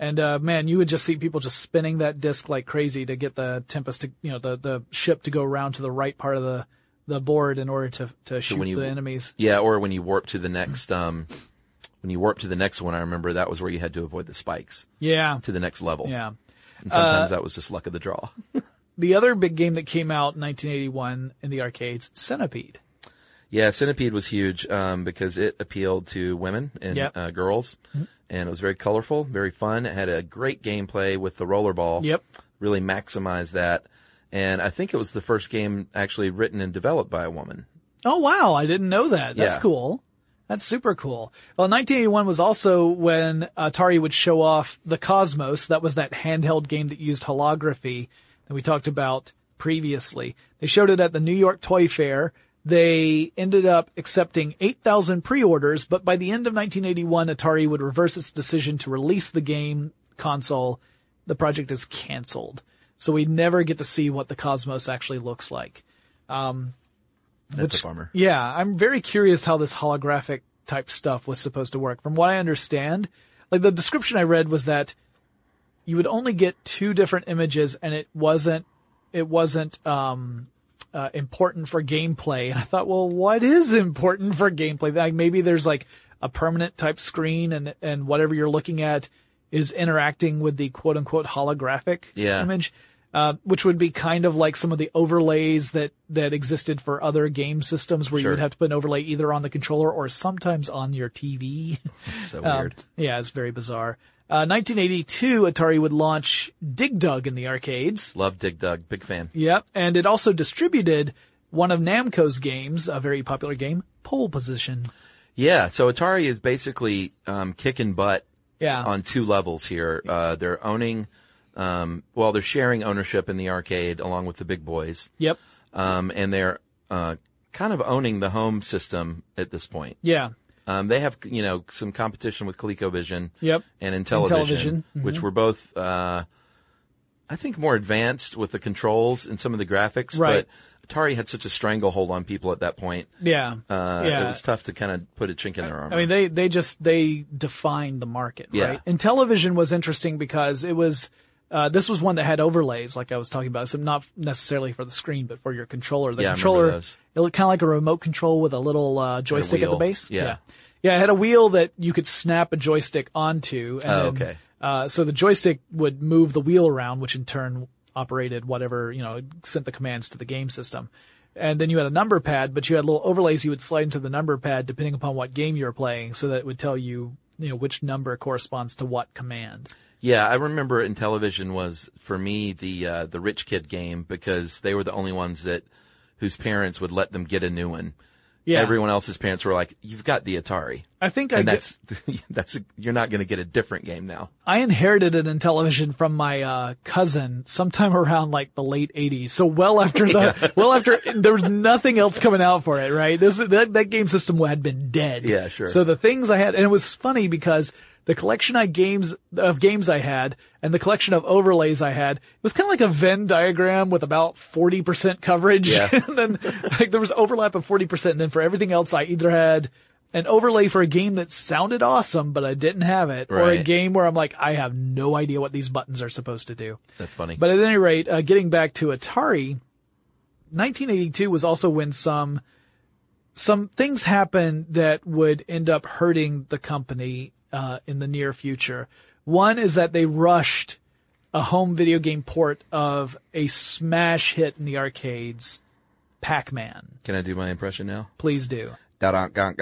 S2: And, uh, man, you would just see people just spinning that disc like crazy to get the Tempest to, you know, the, the ship to go around to the right part of the, the board in order to, to shoot
S3: when you-
S2: the enemies.
S3: Yeah, or when you warp to the next, um, when you warp to the next one, I remember that was where you had to avoid the spikes
S2: Yeah.
S3: to the next level.
S2: Yeah. Uh,
S3: And sometimes that was just luck of the draw.
S2: The other big game that came out in 1981 in the arcades, Centipede.
S3: yeah, Centipede was huge, um, because it appealed to women and
S2: Yep. Mm-hmm.
S3: uh, girls. And it was very colorful, very fun. It had a great gameplay with the rollerball.
S2: Yep.
S3: Really maximized that. And I think it was the first game actually written and developed by a woman.
S2: Oh wow, I didn't know that. That's
S3: Yeah.
S2: cool. That's super cool. Well, 1981 was also when Atari would show off the Cosmos. That was that handheld game that used holography that we talked about previously. They showed it at the New York Toy Fair. They ended up accepting 8,000 pre-orders, but by the end of 1981, Atari would reverse its decision to release the game console. The project is canceled. So we never get to see what the Cosmos actually looks like.
S3: That's a bummer.
S2: Yeah, I'm very curious how this holographic type stuff was supposed to work. From what I understand, like the description I read was that you would only get two different images and it wasn't, it wasn't, um, uh, important for gameplay. And I thought, well, what is important for gameplay? Like maybe there's like a permanent type screen and, and whatever you're looking at is interacting with the quote unquote holographic
S3: Yeah.
S2: image. Uh, which would be kind of like some of the overlays that, that existed for other game systems where you
S3: Sure.
S2: would have to put an overlay either on the controller or sometimes on your TV.
S3: It's so
S2: Um,
S3: weird.
S2: yeah, it's very bizarre. Uh, 1982, Atari would launch Dig Dug in the arcades.
S3: Love Dig Dug. Big fan.
S2: Yep. And it also distributed one of Namco's games, a very popular game, Pole Position.
S3: Yeah, so Atari is basically um, kicking butt
S2: Yeah.
S3: on two levels here. Uh, they're owning, um, well, they're sharing ownership in the arcade along with the big boys,
S2: Yep.
S3: um, and they're uh, kind of owning the home system at this point.
S2: Yeah.
S3: Um, they have, you know, some competition with ColecoVision
S2: Yep.
S3: and Intellivision,
S2: Intellivision, Mm-hmm.
S3: which were both, uh, I think, more advanced with the controls and some of the graphics.
S2: Right.
S3: But Atari had such a stranglehold on people at that point.
S2: Yeah.
S3: Uh,
S2: yeah.
S3: It was tough to kind of put a chink in their armor.
S2: I mean, they, they just, they defined the market,
S3: Yeah.
S2: right? And television was interesting because it was, uh, this was one that had overlays, like I was talking about. So not necessarily for the screen, but for your controller. The
S3: Yeah, I remember
S2: controller,
S3: those.
S2: it looked kind of like a remote control with a little, uh, joystick at the
S3: wheel.
S2: base.
S3: Yeah.
S2: yeah. Yeah, It had a wheel that you could snap a joystick onto. And
S3: Oh,
S2: then,
S3: okay.
S2: Uh, so the joystick would move the wheel around, which in turn operated whatever, you know, sent the commands to the game system. And then you had a number pad, but you had little overlays you would slide into the number pad depending upon what game you were playing so that it would tell you, you know, which number corresponds to what command.
S3: Yeah, I remember in television was for me the uh, the rich kid game because they were the only ones that whose parents would let them get a new one.
S2: Yeah.
S3: Everyone else's parents were like, "You've got the Atari."
S2: I think I,
S3: And
S2: get,
S3: that's *laughs* that's you're not going to get a different game now.
S2: I inherited it in television from my uh, cousin sometime around like the late '80s. So well after
S3: *laughs*
S2: the, well after there was nothing else coming out for it, right? This that, that game system had been dead.
S3: Yeah, sure.
S2: So the things I had, and it was funny because the collection I games of games I had and the collection of overlays I had it was kind of like a Venn diagram with about forty percent coverage,
S3: Yeah.
S2: *laughs* and then like there was overlap of forty percent. And then for everything else, I either had. An overlay for a game that sounded awesome, but I didn't have it, or a
S3: Right.
S2: game where I'm like, I have no idea what these buttons are supposed to do.
S3: That's funny.
S2: But at any rate, uh, getting back to Atari, 1982 was also when some some things happened that would end up hurting the company uh, in the near future. One is that they rushed a home video game port of a smash hit in the arcades, Pac-Man.
S3: Can I do my impression now?
S2: Please do.
S3: That hurts.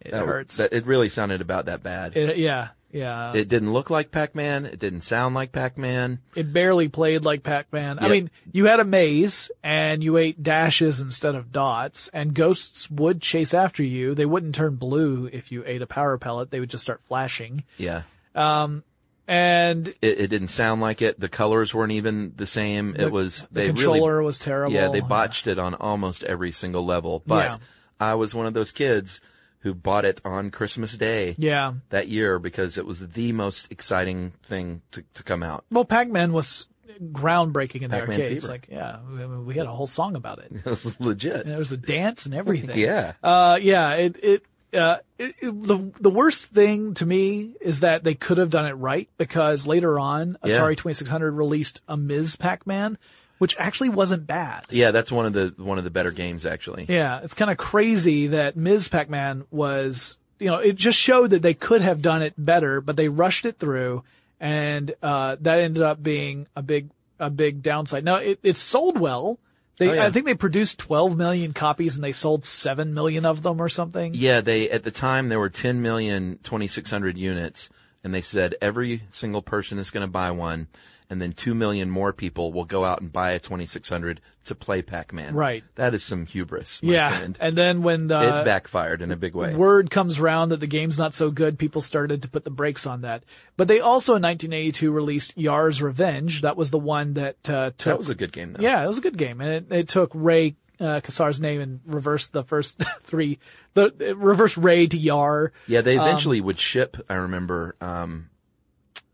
S2: It hurts.
S3: That, it really sounded about that bad. It,
S2: It- yeah, yeah.
S3: didn't look like Pac-Man. It didn't sound like Pac-Man.
S2: it barely played like Pac-Man. I
S3: Yep.
S2: mean, you had a maze and you ate dashes instead of dots and ghosts would chase after you. They wouldn't turn blue if you ate a power pellet. They would just start flashing.
S3: Yeah.
S2: And
S3: It, it didn't sound like it. The colors weren't even the same. it was
S2: the
S3: they really
S2: controller was terrible.
S3: Yeah, they botched it on almost every single level. But
S2: Yeah.
S3: I was one of those kids who bought it on Christmas Day
S2: Yeah.
S3: that year because it was the most exciting thing to, to come out. *laughs*
S2: Well, Pac-Man was groundbreaking in the
S3: Pac-Man
S2: arcades.
S3: fever.
S2: Like, yeah, we, we had a whole song about it.
S3: It was legit.
S2: And there was the dance and everything.
S3: Yeah.
S2: Uh, yeah, it, it, uh, it, it- the, the worst thing to me is that they could have done it right because later on,
S3: Yeah.
S2: Atari 2600 released a Ms. Pac-Man, which actually wasn't bad.
S3: Yeah, that's one of the one of the better games actually.
S2: Yeah, it's kind of crazy that Ms. Pac-Man was, you know, it just showed that they could have done it better, but they rushed it through and, uh, that ended up being a big, a big downside. Now it, it sold well. They,
S3: Oh, yeah.
S2: I think they produced 12 million copies and they sold 7 million of them or something.
S3: Yeah, they at the time there were 10 million 2600 units and they said every single person is going to buy one and then 2 million more people will go out and buy a 2600 to play Pac-Man.
S2: Right.
S3: That is some hubris, my
S2: Yeah.
S3: friend.
S2: And uh, then when the,
S3: it backfired in a big way.
S2: word comes round that the game's not so good, people started to put the brakes on that. But they also in 1982 released Yar's Revenge. That was the one that uh, took.
S3: That was a good game though.
S2: yeah, it was a good game, and it, it took Ray uh, Kassar's name and reversed the first *laughs* three. The it reversed Ray to Yar.
S3: Yeah, they eventually would ship, I remember, um,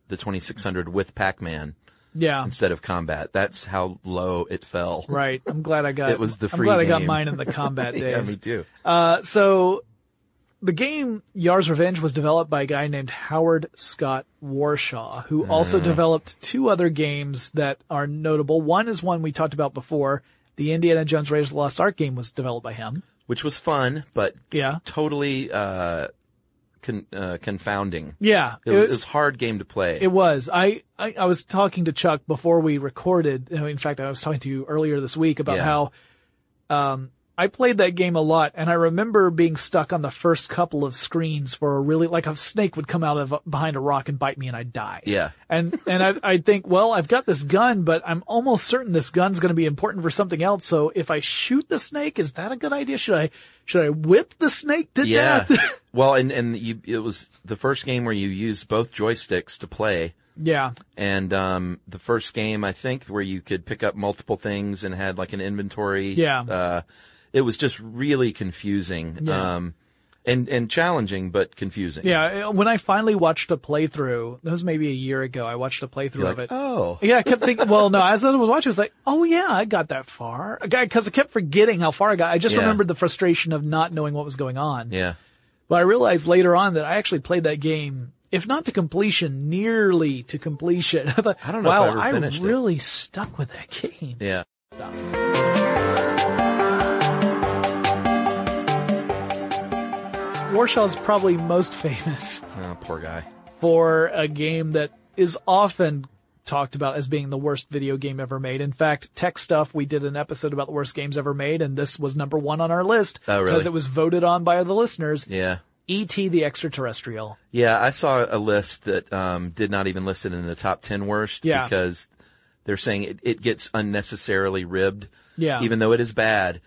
S3: the 2600 with Pac-Man
S2: Yeah,
S3: instead of combat. That's how low it fell.
S2: right. I'm glad I got.
S3: It was the
S2: I'm
S3: free
S2: glad I got
S3: game.
S2: mine in the combat days.
S3: *laughs* Yeah, me too.
S2: Uh, so the game Yar's Revenge was developed by a guy named Howard Scott Warshaw, who
S3: Mm.
S2: also developed two other games that are notable. One is one we talked about before. The Indiana Jones Raiders of the Lost Ark game was developed by him.
S3: Which was fun, but
S2: Yeah.
S3: totally uh, con- uh, confounding.
S2: Yeah.
S3: It was, it was a hard game to play.
S2: It was. I, I, I was talking to Chuck before we recorded. I mean, In fact, I was talking to you earlier this week about
S3: Yeah.
S2: how, um, I played that game a lot and I remember being stuck on the first couple of screens for a really, like a snake would come out of behind a rock and bite me and I'd die.
S3: Yeah.
S2: And, and I, I'd think, well, I've got this gun, but I'm almost certain this gun's going to be important for something else. So if I shoot the snake, is that a good idea? Should I, should I whip the snake to
S3: yeah.
S2: *laughs* death?
S3: well, and and you, it was the first game where you used both joysticks to play,
S2: yeah.
S3: and um, the first game I think where you could pick up multiple things and had like an inventory.
S2: Yeah.
S3: Uh, it was just really confusing.
S2: Yeah.
S3: Um, and and challenging, but confusing.
S2: Yeah, uh, when I finally watched a playthrough, that was maybe a year ago. I watched a playthrough
S3: You're
S2: of
S3: like,
S2: it.
S3: oh,
S2: Yeah, I kept thinking. Well, no, as I was watching, I was like, "Oh yeah, I got that far," because I kept forgetting how far I got. I just
S3: Yeah.
S2: remembered the frustration of not knowing what was going on.
S3: yeah.
S2: But I realized later on that I actually played that game, if not to completion, nearly to completion. *laughs* I, thought,
S3: I don't know if
S2: Wow,
S3: I ever finished it."
S2: really stuck with that *laughs* game.
S3: Yeah.
S2: Warshaw's probably most famous
S3: Oh, poor guy.
S2: for a game that is often talked about as being the worst video game ever made. In fact, Tech Stuff, we did an episode about the worst games ever made, and this was number one on our list
S3: Oh, really?
S2: because it was voted on by the listeners.
S3: Yeah.
S2: E.T. the Extraterrestrial.
S3: Yeah, I saw a list that um, did not even list it in the top ten worst
S2: Yeah.
S3: because they're saying it, it gets unnecessarily ribbed.
S2: Yeah.
S3: Even though it is bad,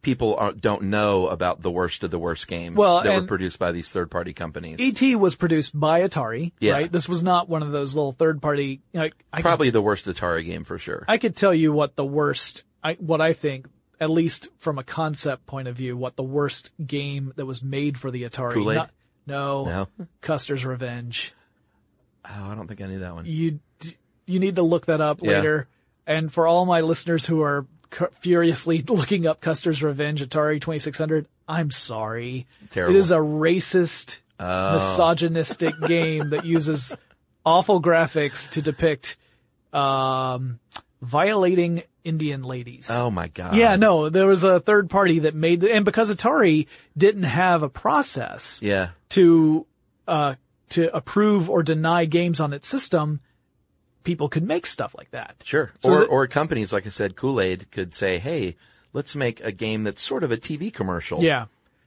S3: people are, don't know about the worst of the worst games
S2: Well,
S3: that were
S2: and-
S3: produced by these third party companies.
S2: E.T. E was produced by Atari,
S3: Yeah.
S2: right? This was not one of those little third party, you know, I could
S3: *laughs* Probably the worst Atari game for sure.
S2: I could tell you what the worst, I, what I think, at least from a concept point of view, what the worst game that was made for the Atari.
S3: Kool-Aid?
S2: Not- no,
S3: No?
S2: Custer's Revenge.
S3: oh, I don't think I knew that one.
S2: You d- you need to look that up
S3: Yeah.
S2: later. And for all my listeners who are cu- furiously *laughs* looking up Custer's Revenge Atari 2600, I'm sorry.
S3: Terrible. Oh.
S2: It is a racist,
S3: *laughs*
S2: misogynistic game that uses awful graphics to depict um, violating Indian ladies.
S3: Oh my god.
S2: Yeah, no, there was a third party that made the, and because Atari didn't have a process
S3: Yeah.
S2: to, uh, to approve or deny games on its system, people could make stuff like that.
S3: Sure.
S2: So is
S3: or
S2: it-
S3: or companies like I said, Kool Aid could say, hey. Let's make a game that's sort of a TV commercial.
S2: Yeah.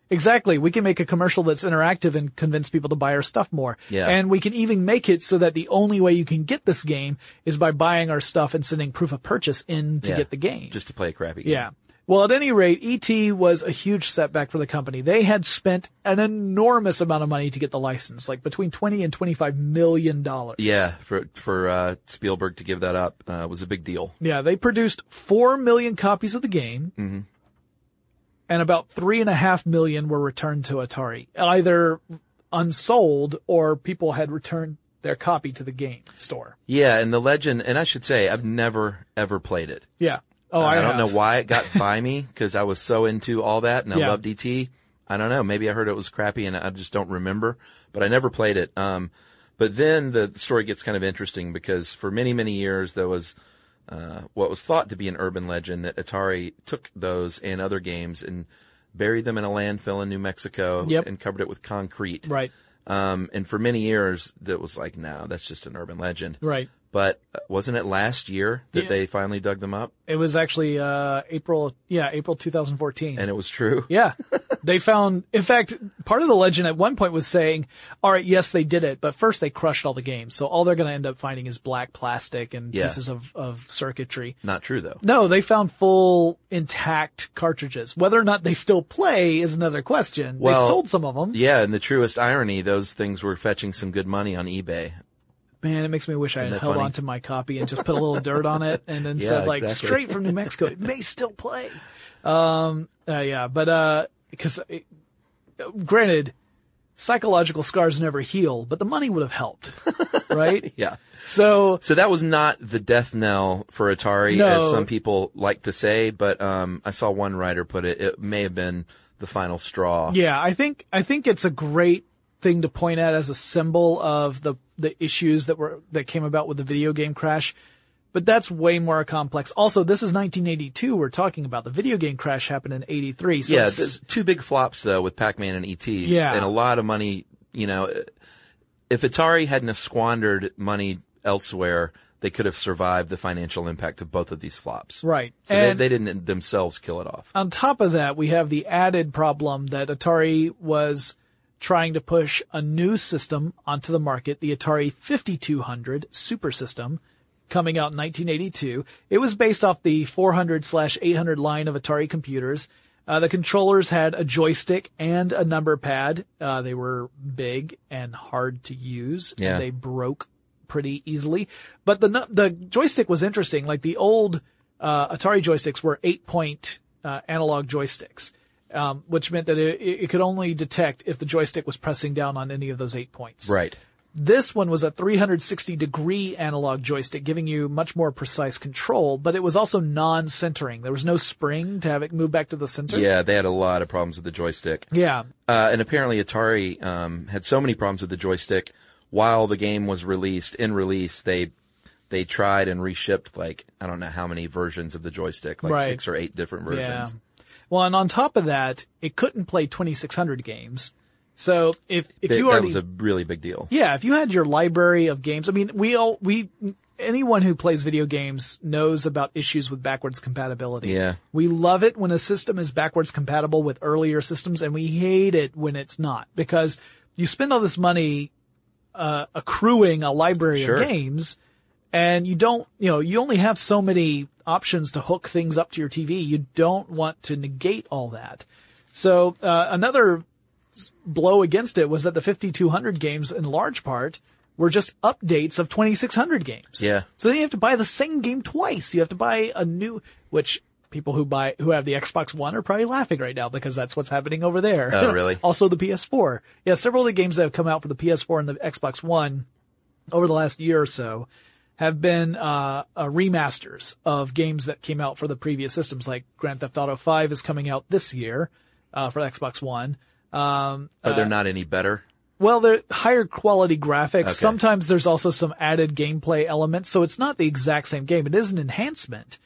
S2: Exactly. We can make a commercial that's interactive and convince people to buy our stuff more.
S3: Yeah.
S2: And we can even make it so that the only way you can get this game is by buying our stuff and sending proof of purchase in to
S3: Yeah.
S2: get the game.
S3: Just to play a crappy game.
S2: Yeah. Well, at any rate, ET was a huge setback for the company. They had spent an enormous amount of money to get the license, like between 20 and 25 million dollars.
S3: Yeah, for for uh, Spielberg to give that up uh, was a big deal. Mm-hmm.
S2: Yeah, they produced 4 million copies of the game. and about three and a half million were returned to Atari, either unsold or people had returned their copy to the game store.
S3: Yeah, and the legend, and I should say, I've never ever played it.
S2: Yeah. Oh,
S3: I,
S2: I,
S3: don't know
S2: have.
S3: why it got by me because I was so into all that and I
S2: Yeah.
S3: loved ET. I don't know. Maybe I heard it was crappy and I just don't remember, but I never played it. Um, but then the story gets kind of interesting because for many, many years there was, uh, what was thought to be an urban legend that Atari took those and other games and buried them in a landfill in New Mexico
S2: Yep.
S3: and covered it with concrete.
S2: Right.
S3: Um, and for many years that was like, no, that's just an urban legend.
S2: Right.
S3: But uh, wasn't it last year that
S2: Yeah.
S3: they finally dug them up
S2: It was actually uh April yeah, April 2014.
S3: and it was true?
S2: yeah. They found in fact part of the legend at one point was saying, "All right, yes, they did it, but first they crushed all the games. So all they're going to end up finding is black plastic and
S3: Yeah.
S2: pieces of of circuitry."
S3: Not true though.
S2: No, they found full intact cartridges. Whether or not they still play is another question.
S3: Well,
S2: they sold some of them.
S3: Yeah, and the truest irony, those things were fetching some good money on eBay.
S2: Man, it makes me wish I had
S3: that
S2: held
S3: funny?
S2: on to my copy and just put a little dirt on it and then
S3: *laughs* Yeah,
S2: said like
S3: exactly.
S2: straight from New Mexico. It may still play. Um, uh, yeah, but, uh, cause it, granted, psychological scars never heal, but the money would have
S3: *laughs*
S2: helped. Right?
S3: Yeah.
S2: So
S3: So that was not the death knell for Atari, as
S2: No.
S3: some people like to say, but um, I saw one writer put it, it may have been the final straw.
S2: Yeah, I think I think it's a great thing to point at as a symbol of the the issues that were that came about with the video game crash. But that's way more complex. Also, this is 1982 we're talking about. The video game crash happened in 83. So
S3: Yeah,
S2: it's-
S3: there's two big flops though with Pac-Man and ET.
S2: Yeah.
S3: And a lot of money, you know, if Atari hadn't have squandered money elsewhere, they could have survived the financial impact of both of these flops.
S2: right.
S3: So
S2: and Uh,
S3: they, they didn't themselves kill it off.
S2: on top of that, we have the added problem that Atari was trying to push a new system onto the market, the Atari 5200 Super System, coming out in 1982. It was based off the 400 slash 800 line of Atari computers. Uh, the controllers had a joystick and a number pad. Uh, they were big and hard to use. and
S3: Yeah.
S2: they broke pretty easily. But the nu- the joystick was interesting. Like the old uh, Atari joysticks were eight point uh, analog joysticks, um, which meant that it, it could only detect if the joystick was pressing down on any of those eight points.
S3: Right.
S2: This one was a 360 degree analog joystick, giving you much more precise control, but it was also non-centering. There was no spring to have it move back to the center.
S3: Yeah, they had a lot of problems with the joystick.
S2: Yeah.
S3: Uh, and apparently Atari um, had so many problems with the joystick. While the game was released, in release, they they tried and reshipped like I don't know how many versions of the joystick, like
S2: Right.
S3: six or eight different versions.
S2: Yeah. Well, and on top of that, it couldn't play 2600 games. So if, if
S3: That-
S2: you
S3: that
S2: already,
S3: was a really big deal.
S2: yeah, if you had your library of games, I mean, we all, we, anyone who plays video games knows about issues with backwards compatibility.
S3: Yeah.
S2: We love it when a system is backwards compatible with earlier systems and we hate it when it's not because you spend all this money, uh, accruing a library
S3: Sure.
S2: of games and you don't, you know, you only have so many options to hook things up to your TV. You don't want to negate all that. So, uh, another blow against it was that the 5200 games in large part were just updates of 2600 games.
S3: Yeah.
S2: So then you have to buy the same game twice. You have to buy a new, which people who buy, who have the Xbox One are probably laughing right now because that's what's happening over there.
S3: Oh, really?
S2: *laughs* also the PS4. Yeah, several of the games that have come out for the PS4 and the Xbox One over the last year or so have been uh, uh, remasters of games that came out for the previous systems. Like Grand Theft Auto 5 is coming out this year uh, for Xbox One. Um,
S3: But they're not any better. *laughs*
S2: well, they're higher quality graphics.
S3: Okay.
S2: Sometimes there's also some added gameplay elements, so it's not the exact same game. It is an enhancement,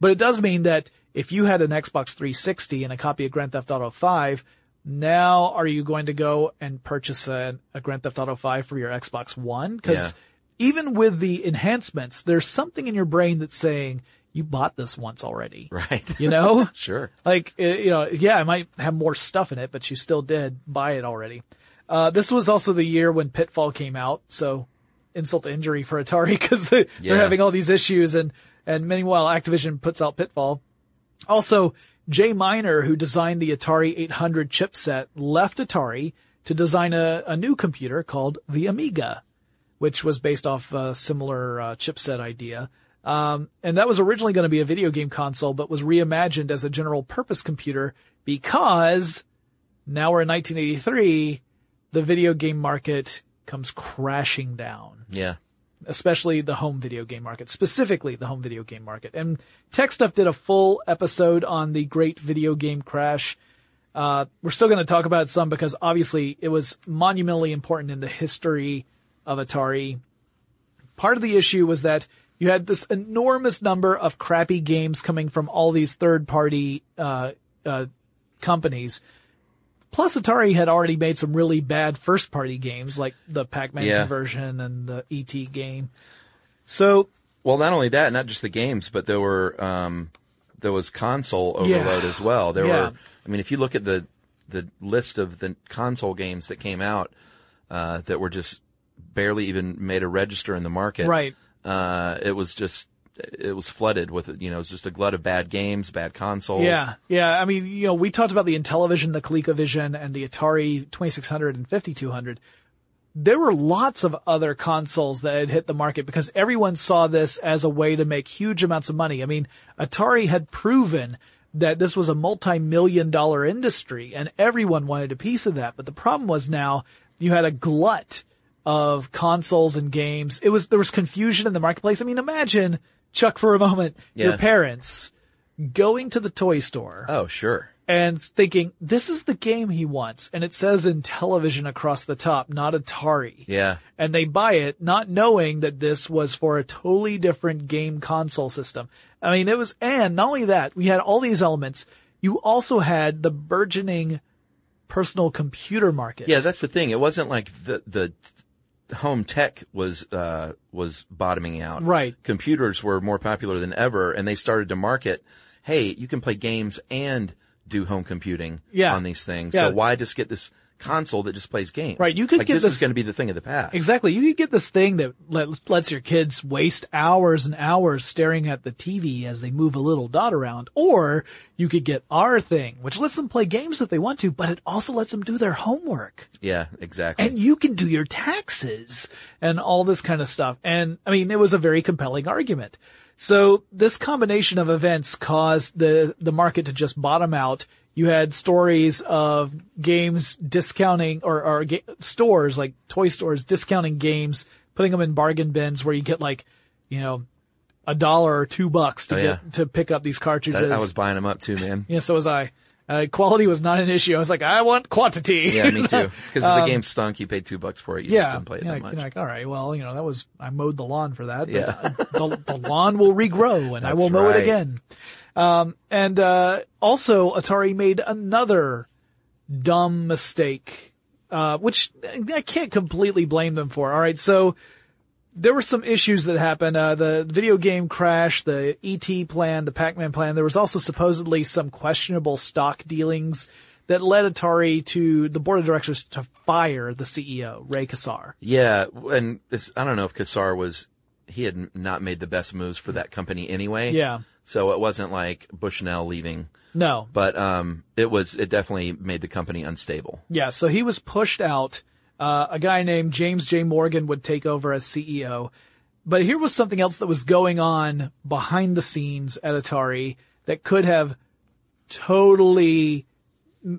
S2: but it does mean that if you had an Xbox 360 and a copy of Grand Theft Auto 5, now are you going to go and purchase a, a Grand Theft Auto 5 for your Xbox One? Because
S3: Yeah.
S2: even with the enhancements, there's something in your brain that's saying you bought this once already.
S3: Right.
S2: You
S3: *laughs*
S2: know?
S3: sure.
S2: Like, uh, you know, yeah, it might have more stuff in it, but you still did buy it already. Uh, this was also the year when Pitfall came out, so insult to injury for Atari *laughs* because they're
S3: Yeah.
S2: having all these issues and, and meanwhile Activision puts out Pitfall. Also, Jay Miner, who designed the Atari 800 chipset, left Atari to design a, a new computer called the Amiga, which was based off a similar uh, chipset idea. Um, and that was originally going to be a video game console, but was reimagined as a general purpose computer because now we're in 1983, the video game market comes crashing down
S3: Yeah.
S2: especially the home video game market, specifically the home video game market. And Tech Stuff did a full episode on the great video game crash. Uh, we're still going to talk about it some because obviously it was monumentally important in the history of Atari. Part of the issue was that you had this enormous number of crappy games coming from all these third party, uh, uh, companies. Plus Atari had already made some really bad first party games like the Pac-Man
S3: Yeah.
S2: version and the ET game. So
S3: Well, not only that, not just the games, but there were um, there was console overload as well. There
S2: Yeah.
S3: were, I mean, if you look at the the list of the console games that came out uh, that were just barely even made a register in the market,
S2: Right.
S3: Uh, it was just it was flooded with you know it was just a glut of bad games, bad consoles.
S2: yeah, yeah. I mean, you know, we talked about the Intellivision, the ColecoVision, and the Atari 2600 and 5200. There were lots of other consoles that had hit the market because everyone saw this as a way to make huge amounts of money. I mean, Atari had proven that this was a multi-million dollar industry and everyone wanted a piece of that. But the problem was now you had a glut of consoles and games. It was, there was confusion in the marketplace. I mean, imagine, Chuck, for a moment, your
S3: Yeah.
S2: parents going to the toy store
S3: Oh, sure.
S2: and thinking, this is the game he wants. And it says in television across the top, not Atari.
S3: Yeah.
S2: And they buy it not knowing that this was for a totally different game console system. I mean, it was, and not only that, we had all these elements. You also had the burgeoning personal computer market.
S3: Yeah, that's the thing. It wasn't like the the home tech was uh was bottoming out.
S2: Right.
S3: Computers were more popular than ever and they started to market, hey, you can play games and do home computing
S2: Yeah.
S3: on these things.
S2: Yeah.
S3: So why just get this console that just plays games?
S2: Right, you could
S3: like,
S2: get
S3: this,
S2: this-
S3: is going to be the thing of the past.
S2: Exactly. You could get this thing that let, lets your kids waste hours and hours staring at the TV as they move a little dot around, or you could get our thing, which lets them play games if they want to, but it also lets them do their homework.
S3: Yeah, exactly.
S2: And you can do your taxes and all this kind of stuff. And I mean, it was a very compelling argument. So this combination of events caused the, the market to just bottom out. You had stories of games discounting or, or ga- stores like toy stores discounting games, putting them in bargain bins where you get like, you know, a dollar or two bucks to
S3: Oh,
S2: get,
S3: yeah.
S2: to pick up these cartridges.
S3: I, I was buying them up
S2: *laughs*
S3: too, man.
S2: yeah, so was I. Uh, quality was not an issue. I was like, I want quantity. *laughs*
S3: Yeah, me too. Because the game stunk. You paid two bucks for it. You just didn't play it
S2: um, yeah, like,
S3: that much.
S2: you're like, all right, well, you know, that was, I mowed the lawn for that, but
S3: Yeah.
S2: *laughs* the, the lawn will regrow
S3: *laughs*
S2: and I will
S3: That's
S2: mow it
S3: right.
S2: again. Um, and, uh, also Atari made another dumb mistake, uh, which I can't completely blame them for. All right. So there were some issues that happened. Uh, the video game crash, the ET plan, the Pac-Man plan. There was also supposedly some questionable stock dealings that led Atari to the board of directors to fire the CEO, Ray Kassar.
S3: Yeah, and this, I don't know if Kassar was he had not made the best moves for that company anyway.
S2: Yeah.
S3: So it wasn't like Bushnell leaving,
S2: No.
S3: but um, it was it definitely made the company unstable.
S2: Yeah, so he was pushed out. Uh, a guy named James J. Morgan would take over as CEO. But here was something else that was going on behind the scenes at Atari that could have totally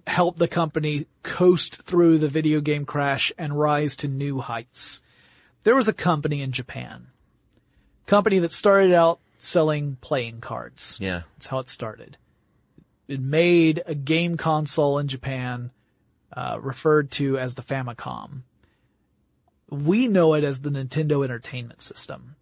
S2: helped the company coast through the video game crash and rise to new heights. There was a company in Japan, company that started out selling playing cards.
S3: Yeah.
S2: That's how it started. It made a game console in Japan, uh, referred to as the Famicom. We know it as the Nintendo Entertainment System.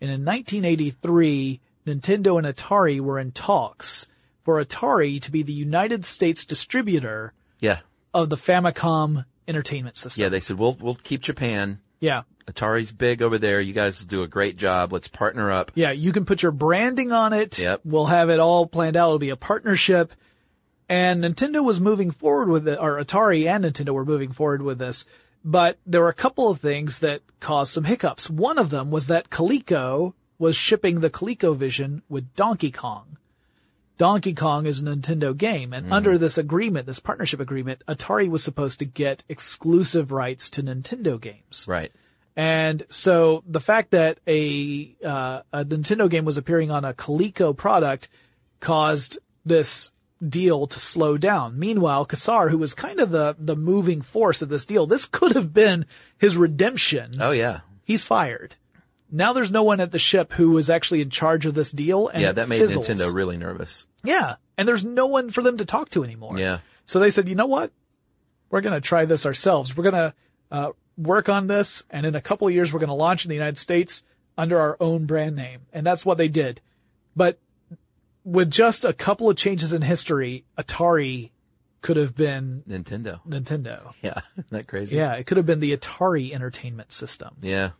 S2: And in 1983, Nintendo and Atari were in talks for Atari to be the United States distributor
S3: Yeah.
S2: of the Famicom Entertainment System.
S3: Yeah. They said we'll we'll keep Japan.
S2: Yeah.
S3: Atari's big over there. You guys do a great job. Let's partner up.
S2: Yeah, you can put your branding on it.
S3: Yep.
S2: We'll have it all planned out. It'll be a partnership. And Nintendo was moving forward with it, or Atari and Nintendo were moving forward with this. But there were a couple of things that caused some hiccups. One of them was that Coleco was shipping the ColecoVision with Donkey Kong. Donkey Kong is a Nintendo game,
S3: Mm.
S2: and under this agreement, this partnership agreement, Atari was supposed to get exclusive rights to Nintendo games.
S3: Right.
S2: And so the fact that a uh, a Nintendo game was appearing on a Coleco product caused this deal to slow down. Meanwhile, Kassar, who was kind of the the moving force of this deal, this could have been his redemption.
S3: Oh yeah.
S2: He's fired. Now there's no one at the ship who was actually in charge of this deal. And
S3: Yeah,
S2: it
S3: that made
S2: fizzles.
S3: Nintendo really nervous.
S2: Yeah. And there's no one for them to talk to anymore.
S3: Yeah.
S2: So they said, you know what? We're going to try this ourselves. We're going to uh, work on this. And in a couple of years, we're going to launch in the United States under our own brand name. And that's what they did. But with just a couple of changes in history, Atari could have been
S3: Nintendo. *laughs*
S2: Nintendo.
S3: Yeah. Isn't that crazy?
S2: Yeah. It could have been the Atari entertainment system.
S3: Yeah.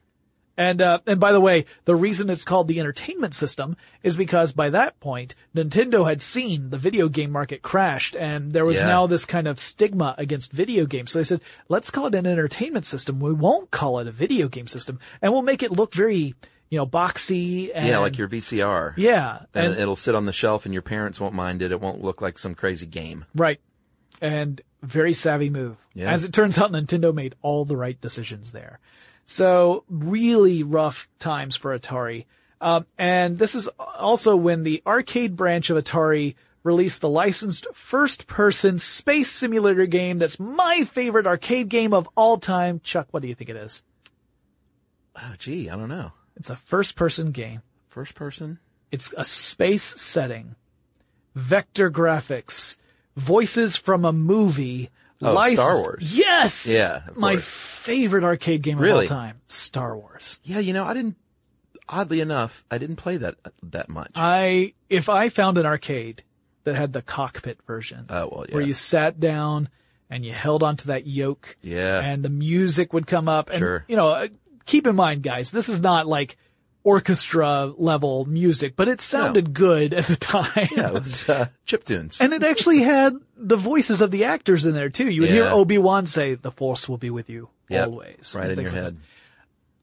S2: And uh, and by the way, the reason it's called the entertainment system is because by that point, Nintendo had seen the video game market crashed, and there was
S3: Yeah.
S2: now this kind of stigma against video games. So they said, "Let's call it an entertainment system. We won't call it a video game system, and we'll make it look very, you know, boxy." And,
S3: Yeah, like your VCR.
S2: yeah,
S3: And,
S2: and
S3: it'll sit on the shelf and your parents won't mind it. It won't look like some crazy game.
S2: right, and very savvy move.
S3: Yeah.
S2: As it turns out, Nintendo made all the right decisions there. So really rough times for Atari. Um, and this is also when the arcade branch of Atari released the licensed first person space simulator game that's my favorite arcade game of all time. Chuck, what do you think it is?
S3: Oh, gee, I don't know.
S2: It's a first person game.
S3: First person?
S2: It's a space setting, vector graphics, voices from a movie.
S3: Oh,
S2: license-
S3: Star Wars.
S2: Yes.
S3: Yeah, of
S2: my
S3: course.
S2: favorite arcade game
S3: Really?
S2: of all time, Star Wars.
S3: Yeah, you know, I didn't, oddly enough, I didn't play that that much.
S2: I if I found an arcade that had the cockpit version,
S3: Oh, well, yeah.
S2: where you sat down and you held onto that yoke,
S3: Yeah.
S2: and the music would come up, and
S3: Sure.
S2: you know, uh, keep in mind, guys, this is not like orchestra level music, but it sounded good at the time.
S3: *laughs* yeah, it was uh, chiptunes.
S2: And it
S3: *laughs*
S2: actually had the voices of the actors in there too. You would hear
S3: Yeah.
S2: Obi Wan say, "The Force will be with you
S3: Yep.
S2: always."
S3: Right
S2: and
S3: in your
S2: things like
S3: head.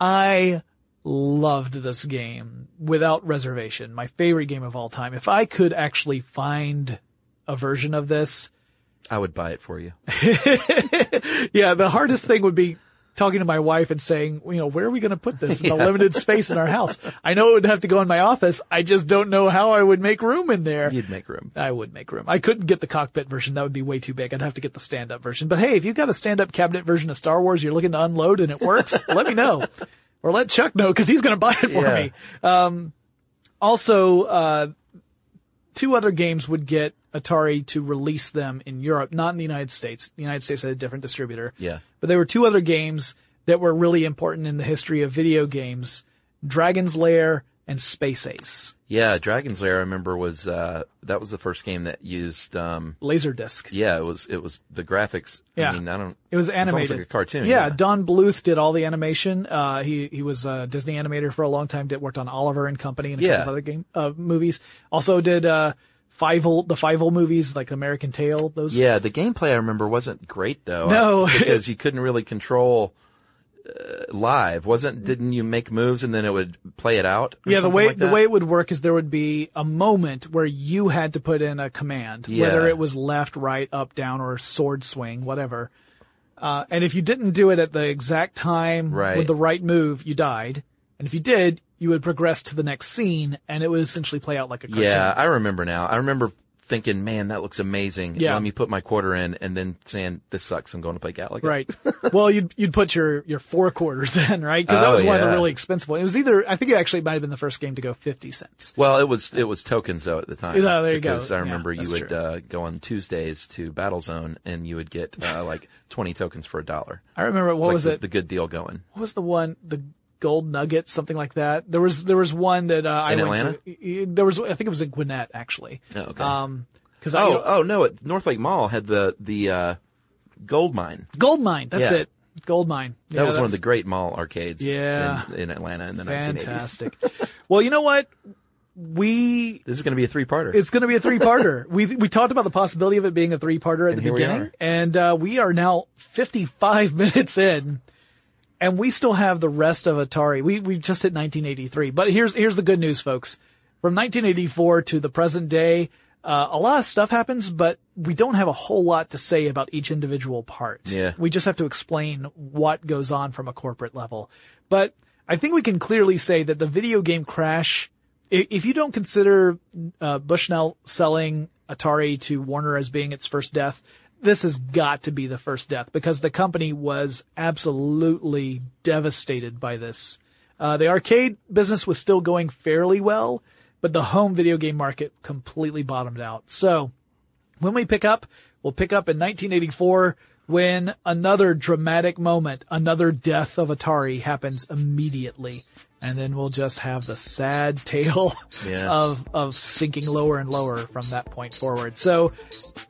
S2: I loved this game without reservation. My favorite game of all time. If I could actually find a version of this,
S3: I would buy it for you.
S2: yeah, the hardest thing would be talking to my wife and saying, you know, where are we going to put this in
S3: *laughs*
S2: the limited space in our house? I know it would have to go in my office. I just don't know how I would make room in there.
S3: You'd make room. *laughs*
S2: I would make room. I couldn't get the cockpit version. That would be way too big. I'd have to get the stand up version. But hey, if you've got a stand up cabinet version of Star Wars you're looking to unload and it
S3: *laughs*
S2: works, let me know. Or let Chuck know because he's going to buy it for
S3: Yeah.
S2: me. Um, also, uh, two other games would get Atari to release them in Europe, not in the United States. The United States had a different distributor.
S3: Yeah.
S2: But there were two other games that were really important in the history of video games Dragon's Lair and Space Ace.
S3: Yeah, Dragon's Lair, I remember was, uh, that was the first game that used, um,
S2: Laserdisc.
S3: yeah, it was, it was the graphics.
S2: Yeah.
S3: I mean, I don't,
S2: It was
S3: almost
S2: animated,
S3: like a cartoon,
S2: Yeah,
S3: yeah.
S2: Don Bluth did all the animation. Uh, he he was a Disney animator for a long time. Did worked on Oliver and Company and a
S3: Yeah.
S2: couple of other game uh, movies. Also did uh, Fievel the Fievel movies like American Tail. Those
S3: Yeah, the gameplay I remember wasn't great though.
S2: No. *laughs*
S3: I- because you couldn't really control uh, live, wasn't? Didn't you make moves and then it would play it out? or
S2: Yeah, the
S3: something
S2: way
S3: like
S2: the
S3: that?
S2: way it would work is there would be a moment where you had to put in a command, whether
S3: Yeah.
S2: it was left, right, up, down, or sword swing, whatever. Uh, and if you didn't do it at the exact time
S3: Right.
S2: with the right move, you died. And if you did, you would progress to the next scene, and it would essentially play out like a cartoon.
S3: Yeah, I remember now. I remember thinking, "Man, that looks amazing."
S2: Yeah.
S3: Let me put my quarter in, and then saying, "This sucks. I'm going to play Galaga."
S2: Right. well, you'd you'd put your your four quarters *laughs* in, right? Because that
S3: Oh,
S2: was one of the
S3: yeah.
S2: really expensive ones. It was either I think it actually might have been the first game to go fifty cents.
S3: Well, it was it was tokens though at the time.
S2: Oh, there you go.
S3: because I
S2: Yeah,
S3: remember you
S2: that's
S3: would
S2: true.
S3: uh, go on Tuesdays to Battlezone, and you would get uh, like *laughs* 20 tokens for a dollar.
S2: I remember what
S3: It's like
S2: was
S3: the,
S2: it?
S3: The good deal going.
S2: what was the one the gold nugget something like that there was there was one that uh, i
S3: In
S2: went
S3: Atlanta?
S2: to y- y- there was i think it was in gwinnett actually
S3: Oh, okay.
S2: um because i
S3: Oh, oh no! At Northlake Mall had the the uh, gold mine.
S2: gold mine that's
S3: Yeah.
S2: it gold mine
S3: That was one of the great mall arcades.
S2: Yeah.
S3: in, in Atlanta in the 1980s.
S2: fantastic well you know what we
S3: This is going to be a three-parter.
S2: it's going to be a
S3: *laughs*
S2: three-parter. we we talked about the possibility of it being a three-parter at the
S3: here we
S2: beginning,
S3: are.
S2: and uh, we are now 55 *laughs* minutes in, and we still have the rest of Atari. We we just hit 1983, but here's here's the good news, folks. From 1984 to the present day, Uh, a lot of stuff happens, but we don't have a whole lot to say about each individual part.
S3: Yeah.
S2: We just have to explain what goes on from a corporate level. But I think we can clearly say that the video game crash, i- if you don't consider uh, Bushnell selling Atari to Warner as being its first death, this has got to be the first death because the company was absolutely devastated by this. Uh, the arcade business was still going fairly well, but the home video game market completely bottomed out. So, when we pick up, we'll pick up in 1984 when another dramatic moment, another death of Atari happens immediately. And then we'll just have the sad tale
S3: Yeah.
S2: *laughs* of, of sinking lower and lower from that point forward. So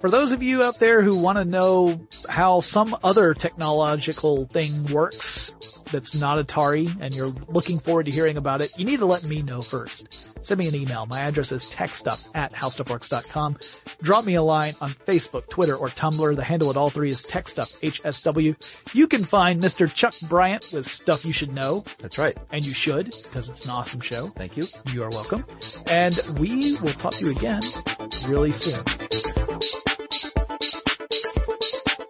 S2: for those of you out there who want to know how some other technological thing works that's not Atari and you're looking forward to hearing about it, you need to let me know first. Send me an email. My address is techstuff at howstuffworks.com. Drop me a line on Facebook, Twitter, or Tumblr. The handle at all three is techstuff, HSW. You can find Mr. Chuck Bryant with Stuff You Should Know,
S3: That's right.
S2: and you should, because it's an awesome show.
S3: Thank you.
S2: You are welcome. And we will talk to you again really soon.